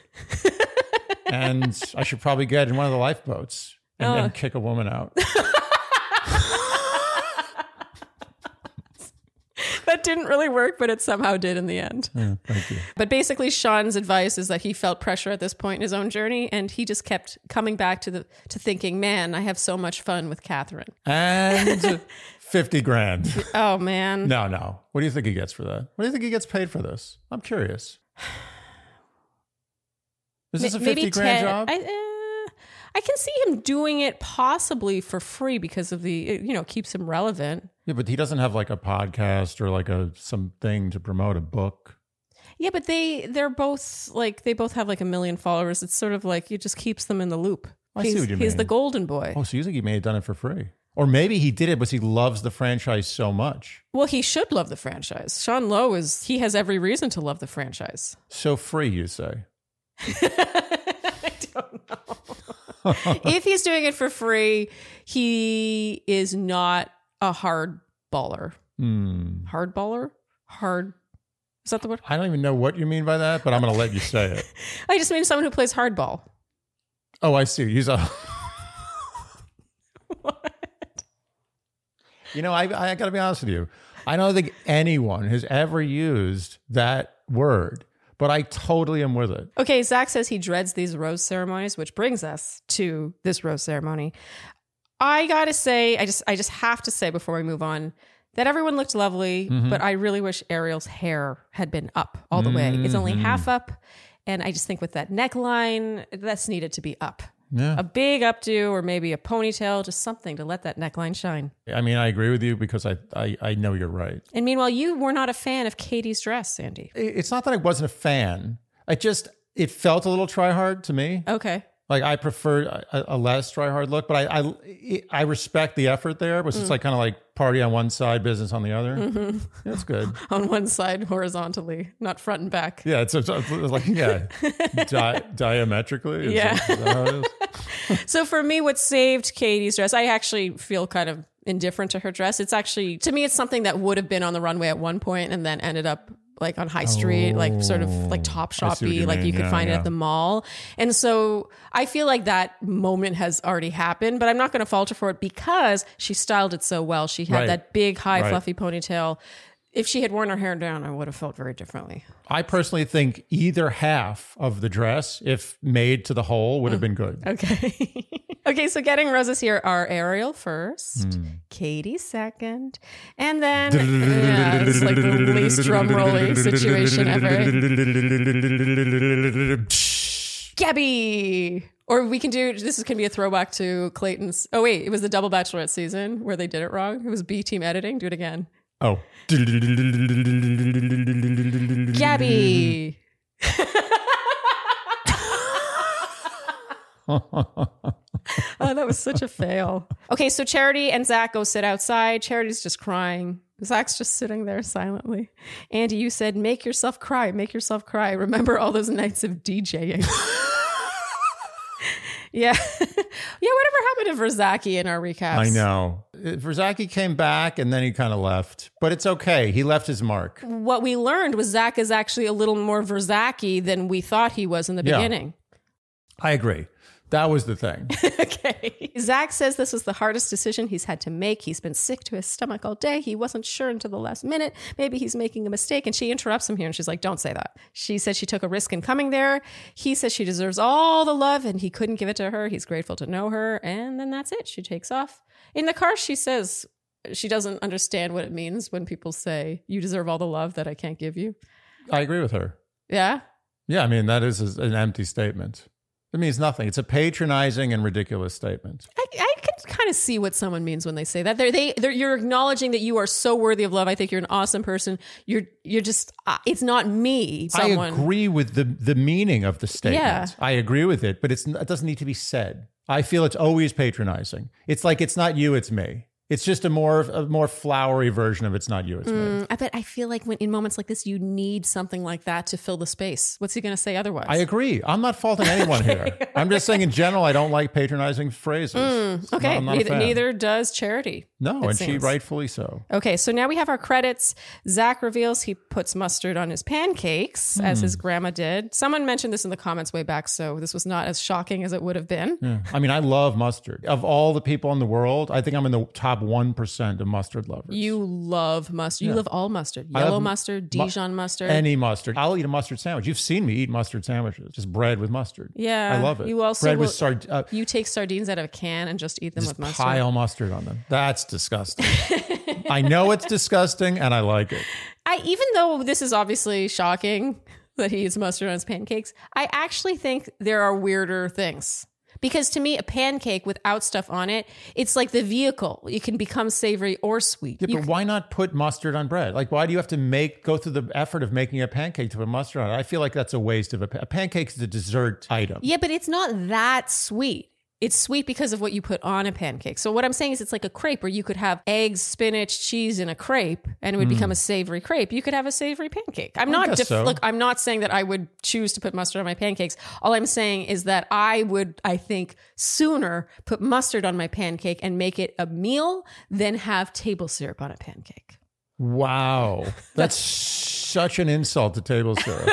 [SPEAKER 2] and I should probably get in one of the lifeboats and,
[SPEAKER 1] Oh.
[SPEAKER 2] and kick a woman out.
[SPEAKER 1] That didn't really work, but it somehow did in the end.
[SPEAKER 2] Yeah, thank you.
[SPEAKER 1] But basically, Sean's advice is that he felt pressure at this point in his own journey, and he just kept coming back to the to thinking, "Man, I have so much fun with Catherine."
[SPEAKER 2] And 50 grand.
[SPEAKER 1] Oh man,
[SPEAKER 2] No, no. What do you think he gets for that? What do you think he gets paid for this? I'm curious. Is this a
[SPEAKER 1] Ma-
[SPEAKER 2] 50 grand job?
[SPEAKER 1] I, uh, I can see him doing it possibly for free because of the it, you know keeps him relevant.
[SPEAKER 2] yeah, but he doesn't have like a podcast or like a something to promote a book.
[SPEAKER 1] Yeah, but they they're both like they both have like a million followers. It's sort of like it just keeps them in the loop.
[SPEAKER 2] I see
[SPEAKER 1] he's,
[SPEAKER 2] what you
[SPEAKER 1] he's
[SPEAKER 2] mean.
[SPEAKER 1] the golden boy.
[SPEAKER 2] Oh, so you think he may have done it for free? Or maybe he did it because he loves the franchise so much.
[SPEAKER 1] Well, he should love the franchise. Sean Lowe is he has every reason to love the franchise.
[SPEAKER 2] So free, you say?
[SPEAKER 1] I don't know. if he's doing it for free, he is not a hard baller.
[SPEAKER 2] Hmm.
[SPEAKER 1] Hard baller? Hard is that the word?
[SPEAKER 2] I don't even know what you mean by that, but I'm going to let you say it.
[SPEAKER 1] I just mean someone who plays hardball.
[SPEAKER 2] Oh, I see. He's a. You know, I, I got to be honest with you. I don't think anyone has ever used that word, but I totally am with it.
[SPEAKER 1] Okay, Zach says he dreads these rose ceremonies, which brings us to this rose ceremony. I gotta say, I just I just have to say before we move on that everyone looked lovely, but I really wish Ariel's hair had been up all the way. It's only half up. And I just think with that neckline, that's needed to be up.
[SPEAKER 2] Yeah.
[SPEAKER 1] A big updo or maybe a ponytail, just something to let that neckline shine.
[SPEAKER 2] I mean, I agree with you because I, I, I know you're right.
[SPEAKER 1] And meanwhile, you were not a fan of Katie's dress, Sandy.
[SPEAKER 2] It- It's not that I wasn't a fan. I just, It felt a little try hard to me.
[SPEAKER 1] Okay.
[SPEAKER 2] Like I prefer a, a less try hard look, but I I, it- I respect the effort there. But it's like kind of like party on one side, business on the other.
[SPEAKER 1] Mm-hmm.
[SPEAKER 2] That's good.
[SPEAKER 1] On one side horizontally, not front and back.
[SPEAKER 2] Yeah, it's, it's, it's like yeah, Di- diametrically. Is
[SPEAKER 1] Yeah.
[SPEAKER 2] that- is that how it is?
[SPEAKER 1] So for me, what saved Katie's dress, I actually feel kind of indifferent to her dress. It's actually, to me, it's something that would have been on the runway at one point and then ended up like on High Street, like sort of like top
[SPEAKER 2] Oh, I see what
[SPEAKER 1] shoppy,
[SPEAKER 2] you
[SPEAKER 1] like
[SPEAKER 2] mean.
[SPEAKER 1] you could
[SPEAKER 2] Yeah,
[SPEAKER 1] find it
[SPEAKER 2] yeah.
[SPEAKER 1] at the mall. And so I feel like that moment has already happened, but I'm not going to falter for it because she styled it so well. She had
[SPEAKER 2] Right.
[SPEAKER 1] that big, high,
[SPEAKER 2] Right.
[SPEAKER 1] fluffy ponytail. If she had worn her hair down, I would have felt very differently.
[SPEAKER 2] I personally think either half of the dress, if made to the whole, would have been good.
[SPEAKER 1] Mm. Okay. okay, so getting roses here are Ariel first, Katie second, and then yeah, it's like the least drum rolling situation ever. Gabby. Or we can do this is can be a throwback to Clayton's. Oh wait, it was the double bachelorette season where they did it wrong. It was B team editing. Do it again.
[SPEAKER 2] Oh.
[SPEAKER 1] Gabby. Oh, that was such a fail. Okay, so Charity and Zach go sit outside. Charity's just crying. Zach's just sitting there silently. Andy, you said, make yourself cry, make yourself cry. Remember all those nights of DJing. yeah. yeah, whatever happened to Verzaki in our recaps?
[SPEAKER 2] I know. Verzaki came back and then he kind of left, but it's okay. He left his mark.
[SPEAKER 1] What we learned was Zach is actually a little more Verzaki than we thought he was in the
[SPEAKER 2] Yeah.
[SPEAKER 1] beginning.
[SPEAKER 2] I agree. That was the thing.
[SPEAKER 1] okay. Zach says this was the hardest decision he's had to make. He's been sick to his stomach all day. He wasn't sure until the last minute. Maybe he's making a mistake. And she interrupts him here and she's like, Don't say that. She says she took a risk in coming there. He says she deserves all the love and he couldn't give it to her. He's grateful to know her. And then that's it. She takes off. In the car, she says, she doesn't understand what it means when people say, You deserve all the love that I can't give you.
[SPEAKER 2] I agree with her.
[SPEAKER 1] Yeah.
[SPEAKER 2] Yeah, I mean, that is is an empty statement. It means nothing. It's a patronizing and ridiculous statement.
[SPEAKER 1] I, I can kind of see what someone means when they say that. They're, they they're, you're acknowledging that you are so worthy of love. I think you're an awesome person. You're you're just uh, it's not me. Someone.
[SPEAKER 2] I agree with the the meaning of the statement.
[SPEAKER 1] Yeah.
[SPEAKER 2] I agree with it, but it's it doesn't need to be said. I feel it's always patronizing. It's like it's not you, it's me. It's just a more a more flowery version of it's not you, it's me.
[SPEAKER 1] I bet I feel like when in moments like this, you need something like that to fill the space. What's he going to say otherwise?
[SPEAKER 2] I agree. I'm not faulting anyone here. I'm just saying in general, I don't like patronizing phrases. It's not-
[SPEAKER 1] Mm, okay,
[SPEAKER 2] I'm not a
[SPEAKER 1] neither,
[SPEAKER 2] fan.
[SPEAKER 1] neither does charity.
[SPEAKER 2] No,
[SPEAKER 1] it
[SPEAKER 2] and she
[SPEAKER 1] seems.
[SPEAKER 2] rightfully so.
[SPEAKER 1] Okay, so now we have our credits. Zach reveals he puts mustard on his pancakes,
[SPEAKER 2] Hmm.
[SPEAKER 1] as his grandma did. Someone mentioned this in the comments way back, so this was not as shocking as it would have been.
[SPEAKER 2] Yeah. I mean, I love mustard. Of all the people in the world, I think I'm in the top one percent of mustard lovers.
[SPEAKER 1] You love mustard. You love all mustard.
[SPEAKER 2] love
[SPEAKER 1] Yellow
[SPEAKER 2] m-
[SPEAKER 1] mustard,
[SPEAKER 2] mu-
[SPEAKER 1] Dijon mustard.
[SPEAKER 2] Any mustard. I'll eat a mustard sandwich. You've seen me eat mustard sandwiches, just bread with mustard.
[SPEAKER 1] Yeah,
[SPEAKER 2] I love it.
[SPEAKER 1] you also
[SPEAKER 2] bread
[SPEAKER 1] will-
[SPEAKER 2] with sard- uh,
[SPEAKER 1] you take sardines out of a can and just eat them with
[SPEAKER 2] just
[SPEAKER 1] mustard.
[SPEAKER 2] pile mustard on them. That's disgusting. I know it's disgusting, and I like it.
[SPEAKER 1] I even though this is obviously shocking that he eats mustard on his pancakes, I actually think there are weirder things. Because to me, a pancake without stuff on it, it's like the vehicle. It can become savory or sweet.
[SPEAKER 2] Yeah,
[SPEAKER 1] You
[SPEAKER 2] but why not put mustard on bread? Like, why do you have to make go through the effort of making a pancake to put mustard on it? I feel like that's a waste of a, pa- a pancake is a dessert item.
[SPEAKER 1] Yeah, but it's not that sweet. It's sweet because of what you put on a pancake. So what I'm saying is it's like a crepe where you could have eggs, spinach, cheese in a crepe and it would become a savory crepe. You could have a savory pancake. I'm not
[SPEAKER 2] Mm. guess
[SPEAKER 1] def-
[SPEAKER 2] so.
[SPEAKER 1] look, I'm not saying that I would choose to put mustard on my pancakes. All I'm saying is that I would I think sooner put mustard on my pancake and make it a meal than have table syrup on a pancake.
[SPEAKER 2] Wow, that's such an insult to table syrup.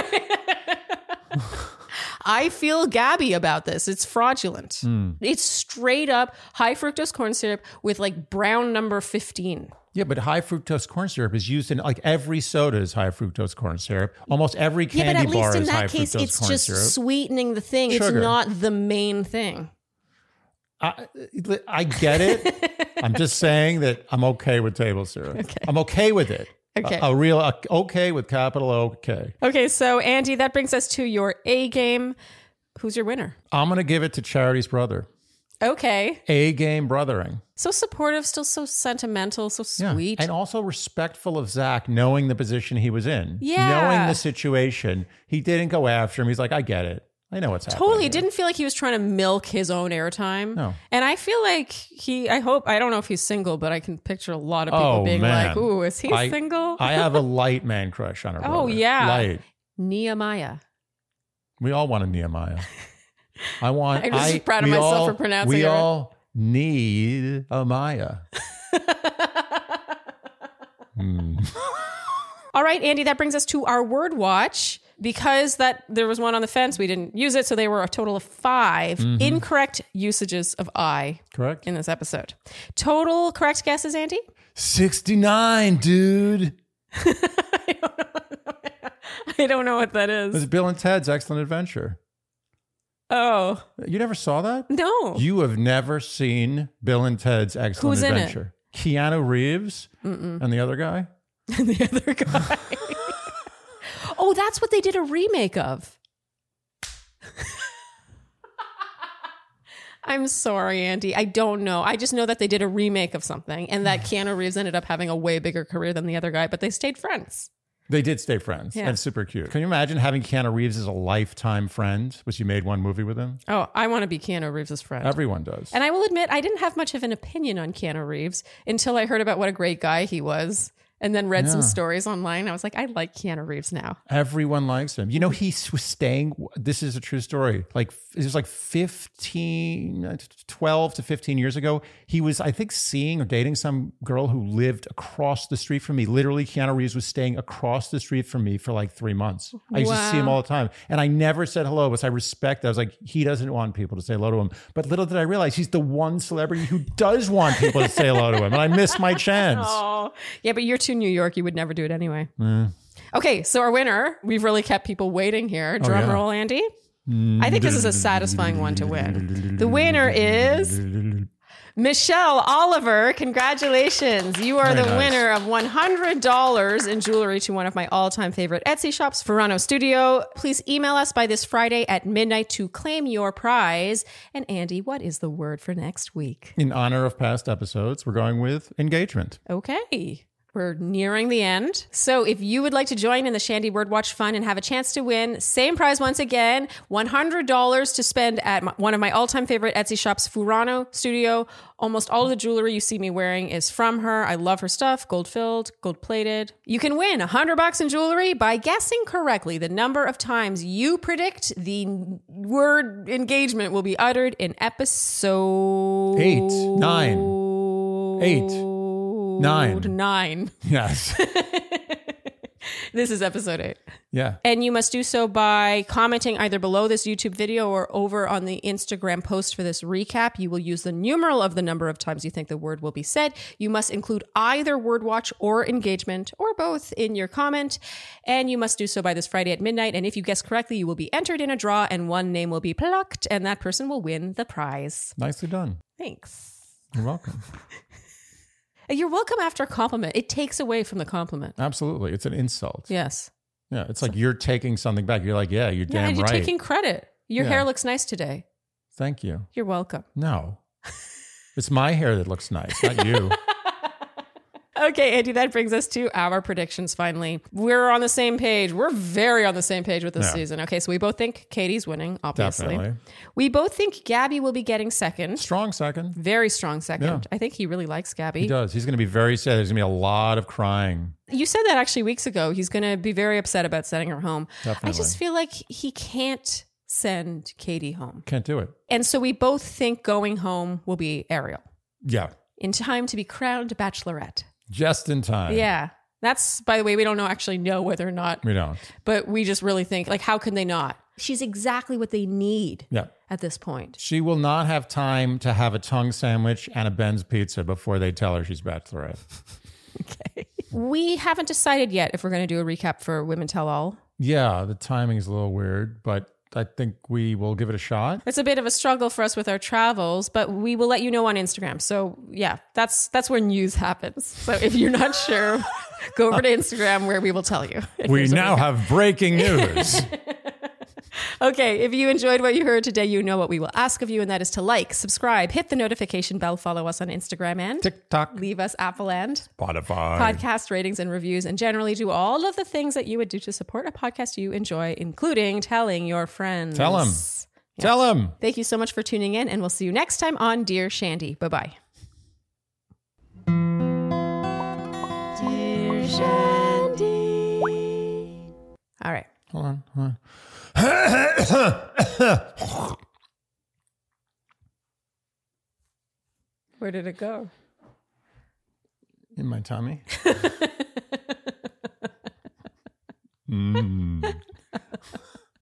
[SPEAKER 1] I feel Gabby about this. It's fraudulent.
[SPEAKER 2] Hmm.
[SPEAKER 1] It's straight up high fructose corn syrup with like brown number 15.
[SPEAKER 2] Yeah, but high fructose corn syrup is used in like every soda is high fructose corn syrup. Almost every candy
[SPEAKER 1] yeah, but at
[SPEAKER 2] bar
[SPEAKER 1] least in
[SPEAKER 2] is high
[SPEAKER 1] that case,
[SPEAKER 2] fructose
[SPEAKER 1] it's
[SPEAKER 2] corn
[SPEAKER 1] just
[SPEAKER 2] syrup.
[SPEAKER 1] sweetening the thing.
[SPEAKER 2] Sugar.
[SPEAKER 1] It's not the main thing.
[SPEAKER 2] I, I get it. I'm just saying that I'm okay with table syrup. I'm okay with it.
[SPEAKER 1] Okay.
[SPEAKER 2] A, a real a, okay with capital OK.
[SPEAKER 1] Okay, so Andy, that brings us to your A game. Who's your winner?
[SPEAKER 2] I'm going to give it to Charity's brother.
[SPEAKER 1] Okay.
[SPEAKER 2] A game brothering.
[SPEAKER 1] So supportive, still so sentimental, so sweet.
[SPEAKER 2] And also respectful of Zach, knowing the position he was in.
[SPEAKER 1] Yeah.
[SPEAKER 2] Knowing the situation. He didn't go after him. He's like, I get it. I know what's happening.
[SPEAKER 1] totally
[SPEAKER 2] here."
[SPEAKER 1] didn't feel like he was trying to milk his own airtime.
[SPEAKER 2] No.
[SPEAKER 1] And I feel like he I hope I don't know if he's single, but I can picture a lot of people
[SPEAKER 2] Oh,
[SPEAKER 1] being
[SPEAKER 2] man.
[SPEAKER 1] like, "Ooh, is he
[SPEAKER 2] I-
[SPEAKER 1] single?"
[SPEAKER 2] I have a light man crush on her.
[SPEAKER 1] Oh,
[SPEAKER 2] brother.
[SPEAKER 1] yeah.
[SPEAKER 2] Light.
[SPEAKER 1] Nehemiah.
[SPEAKER 2] We all want a Nehemiah. I want.
[SPEAKER 1] I'm just
[SPEAKER 2] I-
[SPEAKER 1] proud of
[SPEAKER 2] we
[SPEAKER 1] myself
[SPEAKER 2] all-
[SPEAKER 1] for pronouncing
[SPEAKER 2] We
[SPEAKER 1] it right.
[SPEAKER 2] all need a Maya. Hmm.
[SPEAKER 1] All right, Andy, that brings us to our word watch. Because that there was one on the fence, we didn't use it, so they were a total of 5 incorrect usages of I
[SPEAKER 2] Correct.
[SPEAKER 1] in this episode. Total correct guesses, Andy?
[SPEAKER 2] Sixty-nine, dude.
[SPEAKER 1] I don't know what that
[SPEAKER 2] It was
[SPEAKER 1] is.
[SPEAKER 2] Bill and Ted's Excellent Adventure.
[SPEAKER 1] Oh
[SPEAKER 2] You never saw that?
[SPEAKER 1] no!
[SPEAKER 2] You have never seen Bill and Ted's Excellent
[SPEAKER 1] Who's in it?
[SPEAKER 2] Adventure. Keanu Reeves and the other guy.
[SPEAKER 1] and the other guy. oh, that's what they did a remake of. I'm sorry, Andy. I don't know. I just know that they did a remake of something and that Keanu Reeves ended up having a way bigger career than the other guy, but they stayed friends.
[SPEAKER 2] They did stay friends.
[SPEAKER 1] Yeah.
[SPEAKER 2] That's super cute. Can you imagine having Keanu Reeves as a lifetime friend? Which you made one movie with him.
[SPEAKER 1] Oh, I want to be Keanu Reeves' friend.
[SPEAKER 2] Everyone does.
[SPEAKER 1] and I will admit, I didn't have much of an opinion on Keanu Reeves until I heard about what a great guy he was and then read some
[SPEAKER 2] Yeah.
[SPEAKER 1] stories online. I was like, I like Keanu Reeves now.
[SPEAKER 2] Everyone likes him. You know, he s- was staying. This is a true story. Like, it was like uh, 15, 12 to 15 years ago. He was, I think, seeing or dating some girl who lived across the street from me. Literally, Keanu Reeves was staying across the street from me for like three months. I used to see him
[SPEAKER 1] Wow.
[SPEAKER 2] all the time. And I never said hello because I respect that. I was like, he doesn't want people to say hello to him. But little did I realize he's the one celebrity who does want people to say hello to him. And I missed my chance.
[SPEAKER 1] Oh, yeah, but you're too New York. You would never do it anyway. Okay, so our winner, we've really kept people waiting here. Drum
[SPEAKER 2] Oh, yeah.
[SPEAKER 1] roll, Andy. I think this is a satisfying one to win. The winner is Michelle Oliver. Congratulations. You are
[SPEAKER 2] Very
[SPEAKER 1] the
[SPEAKER 2] nice.
[SPEAKER 1] winner of $100 in jewelry to one of my all time favorite Etsy shops, Ferrano Studio. Please email us by this Friday at midnight to claim your prize. And Andy, what is the word for next week?
[SPEAKER 2] In honor of past episodes, we're going with engagement.
[SPEAKER 1] Okay. We're nearing the end. So if you would like to join in the Shandy Word Watch Fun and have a chance to win, same prize once again, $100 to spend at my, one of my all-time favorite Etsy shops, Furano Studio. Almost all of the jewelry you see me wearing is from her. I love her stuff, gold-filled, gold-plated. You can win 100 bucks in jewelry by guessing correctly the number of times you predict the word engagement will be uttered in episode
[SPEAKER 2] Eight, nine, Eight. Nine.
[SPEAKER 1] Nine.
[SPEAKER 2] Yes.
[SPEAKER 1] This is episode eight.
[SPEAKER 2] Yeah.
[SPEAKER 1] And you must do so by commenting either below this YouTube video or over on the Instagram post for this recap. You will use the numeral of the number of times you think the word will be said. You must include either word watch or engagement or both in your comment. And you must do so by this Friday at midnight. And if you guess correctly, you will be entered in a draw and one name will be plucked and that person will win the prize.
[SPEAKER 2] Nicely done.
[SPEAKER 1] Thanks.
[SPEAKER 2] You're welcome.
[SPEAKER 1] You're welcome after a compliment. It takes away from the compliment.
[SPEAKER 2] Absolutely. It's an insult. Yeah.
[SPEAKER 1] Yes.
[SPEAKER 2] It's like you're taking something back. You're like, yeah, you're
[SPEAKER 1] Yeah,
[SPEAKER 2] damn
[SPEAKER 1] and you're
[SPEAKER 2] right.
[SPEAKER 1] taking credit. Your
[SPEAKER 2] Yeah.
[SPEAKER 1] hair looks nice today.
[SPEAKER 2] Thank you.
[SPEAKER 1] You're welcome.
[SPEAKER 2] No. it's my hair that looks nice, not you.
[SPEAKER 1] Okay, Andy, that brings us to our predictions finally. We're on the same page. We're very on the same page with this
[SPEAKER 2] Yeah.
[SPEAKER 1] season. Okay, so we both think Katie's winning, obviously.
[SPEAKER 2] Definitely.
[SPEAKER 1] We both think Gabby will be getting second.
[SPEAKER 2] Strong second.
[SPEAKER 1] Very strong second.
[SPEAKER 2] Yeah.
[SPEAKER 1] I think he really likes
[SPEAKER 2] He
[SPEAKER 1] Gabby.
[SPEAKER 2] does. He's going to be very sad. There's going to be a lot of crying.
[SPEAKER 1] You said that actually weeks ago. He's going to be very upset about sending her home. I
[SPEAKER 2] Definitely.
[SPEAKER 1] just feel like he can't send Katie home.
[SPEAKER 2] Can't do it.
[SPEAKER 1] And so we both think going home will be Ariel
[SPEAKER 2] Yeah.
[SPEAKER 1] in time to be crowned bachelorette.
[SPEAKER 2] Just in time.
[SPEAKER 1] Yeah. That's by the way, we don't know actually know whether or not,
[SPEAKER 2] We don't.
[SPEAKER 1] but we just really think like how can they not? She's exactly what they need
[SPEAKER 2] Yeah.
[SPEAKER 1] at this point.
[SPEAKER 2] She will not have time to have a tongue sandwich and a Ben's pizza before they tell her she's bachelorette.
[SPEAKER 1] We haven't decided yet if we're going to do a recap for Women Tell All.
[SPEAKER 2] Yeah, the timing is a little weird, but I think we will give it a shot.
[SPEAKER 1] It's a bit of a struggle for us with our travels, but we will let you know on Instagram. So, yeah, that's that's where news happens. So, if you're not sure, go over to Instagram where we will tell you. if
[SPEAKER 2] We
[SPEAKER 1] there's a
[SPEAKER 2] now
[SPEAKER 1] recap.
[SPEAKER 2] have breaking news.
[SPEAKER 1] Okay, if you enjoyed what you heard today, you know what we will ask of you, and that is to like, subscribe, hit the notification bell, follow us on Instagram, and
[SPEAKER 2] TikTok,
[SPEAKER 1] leave us Apple and
[SPEAKER 2] Spotify.
[SPEAKER 1] podcast ratings and reviews, and generally do all of the things that you would do to support a podcast you enjoy, including telling your friends.
[SPEAKER 2] Tell 'em. Tell them.
[SPEAKER 1] Thank you so much for tuning in, and we'll see you next time on Dear Shandy. Bye bye. Dear Shandy. All right.
[SPEAKER 2] Hold on. Hold on.
[SPEAKER 1] Where did it go?
[SPEAKER 2] In my tummy.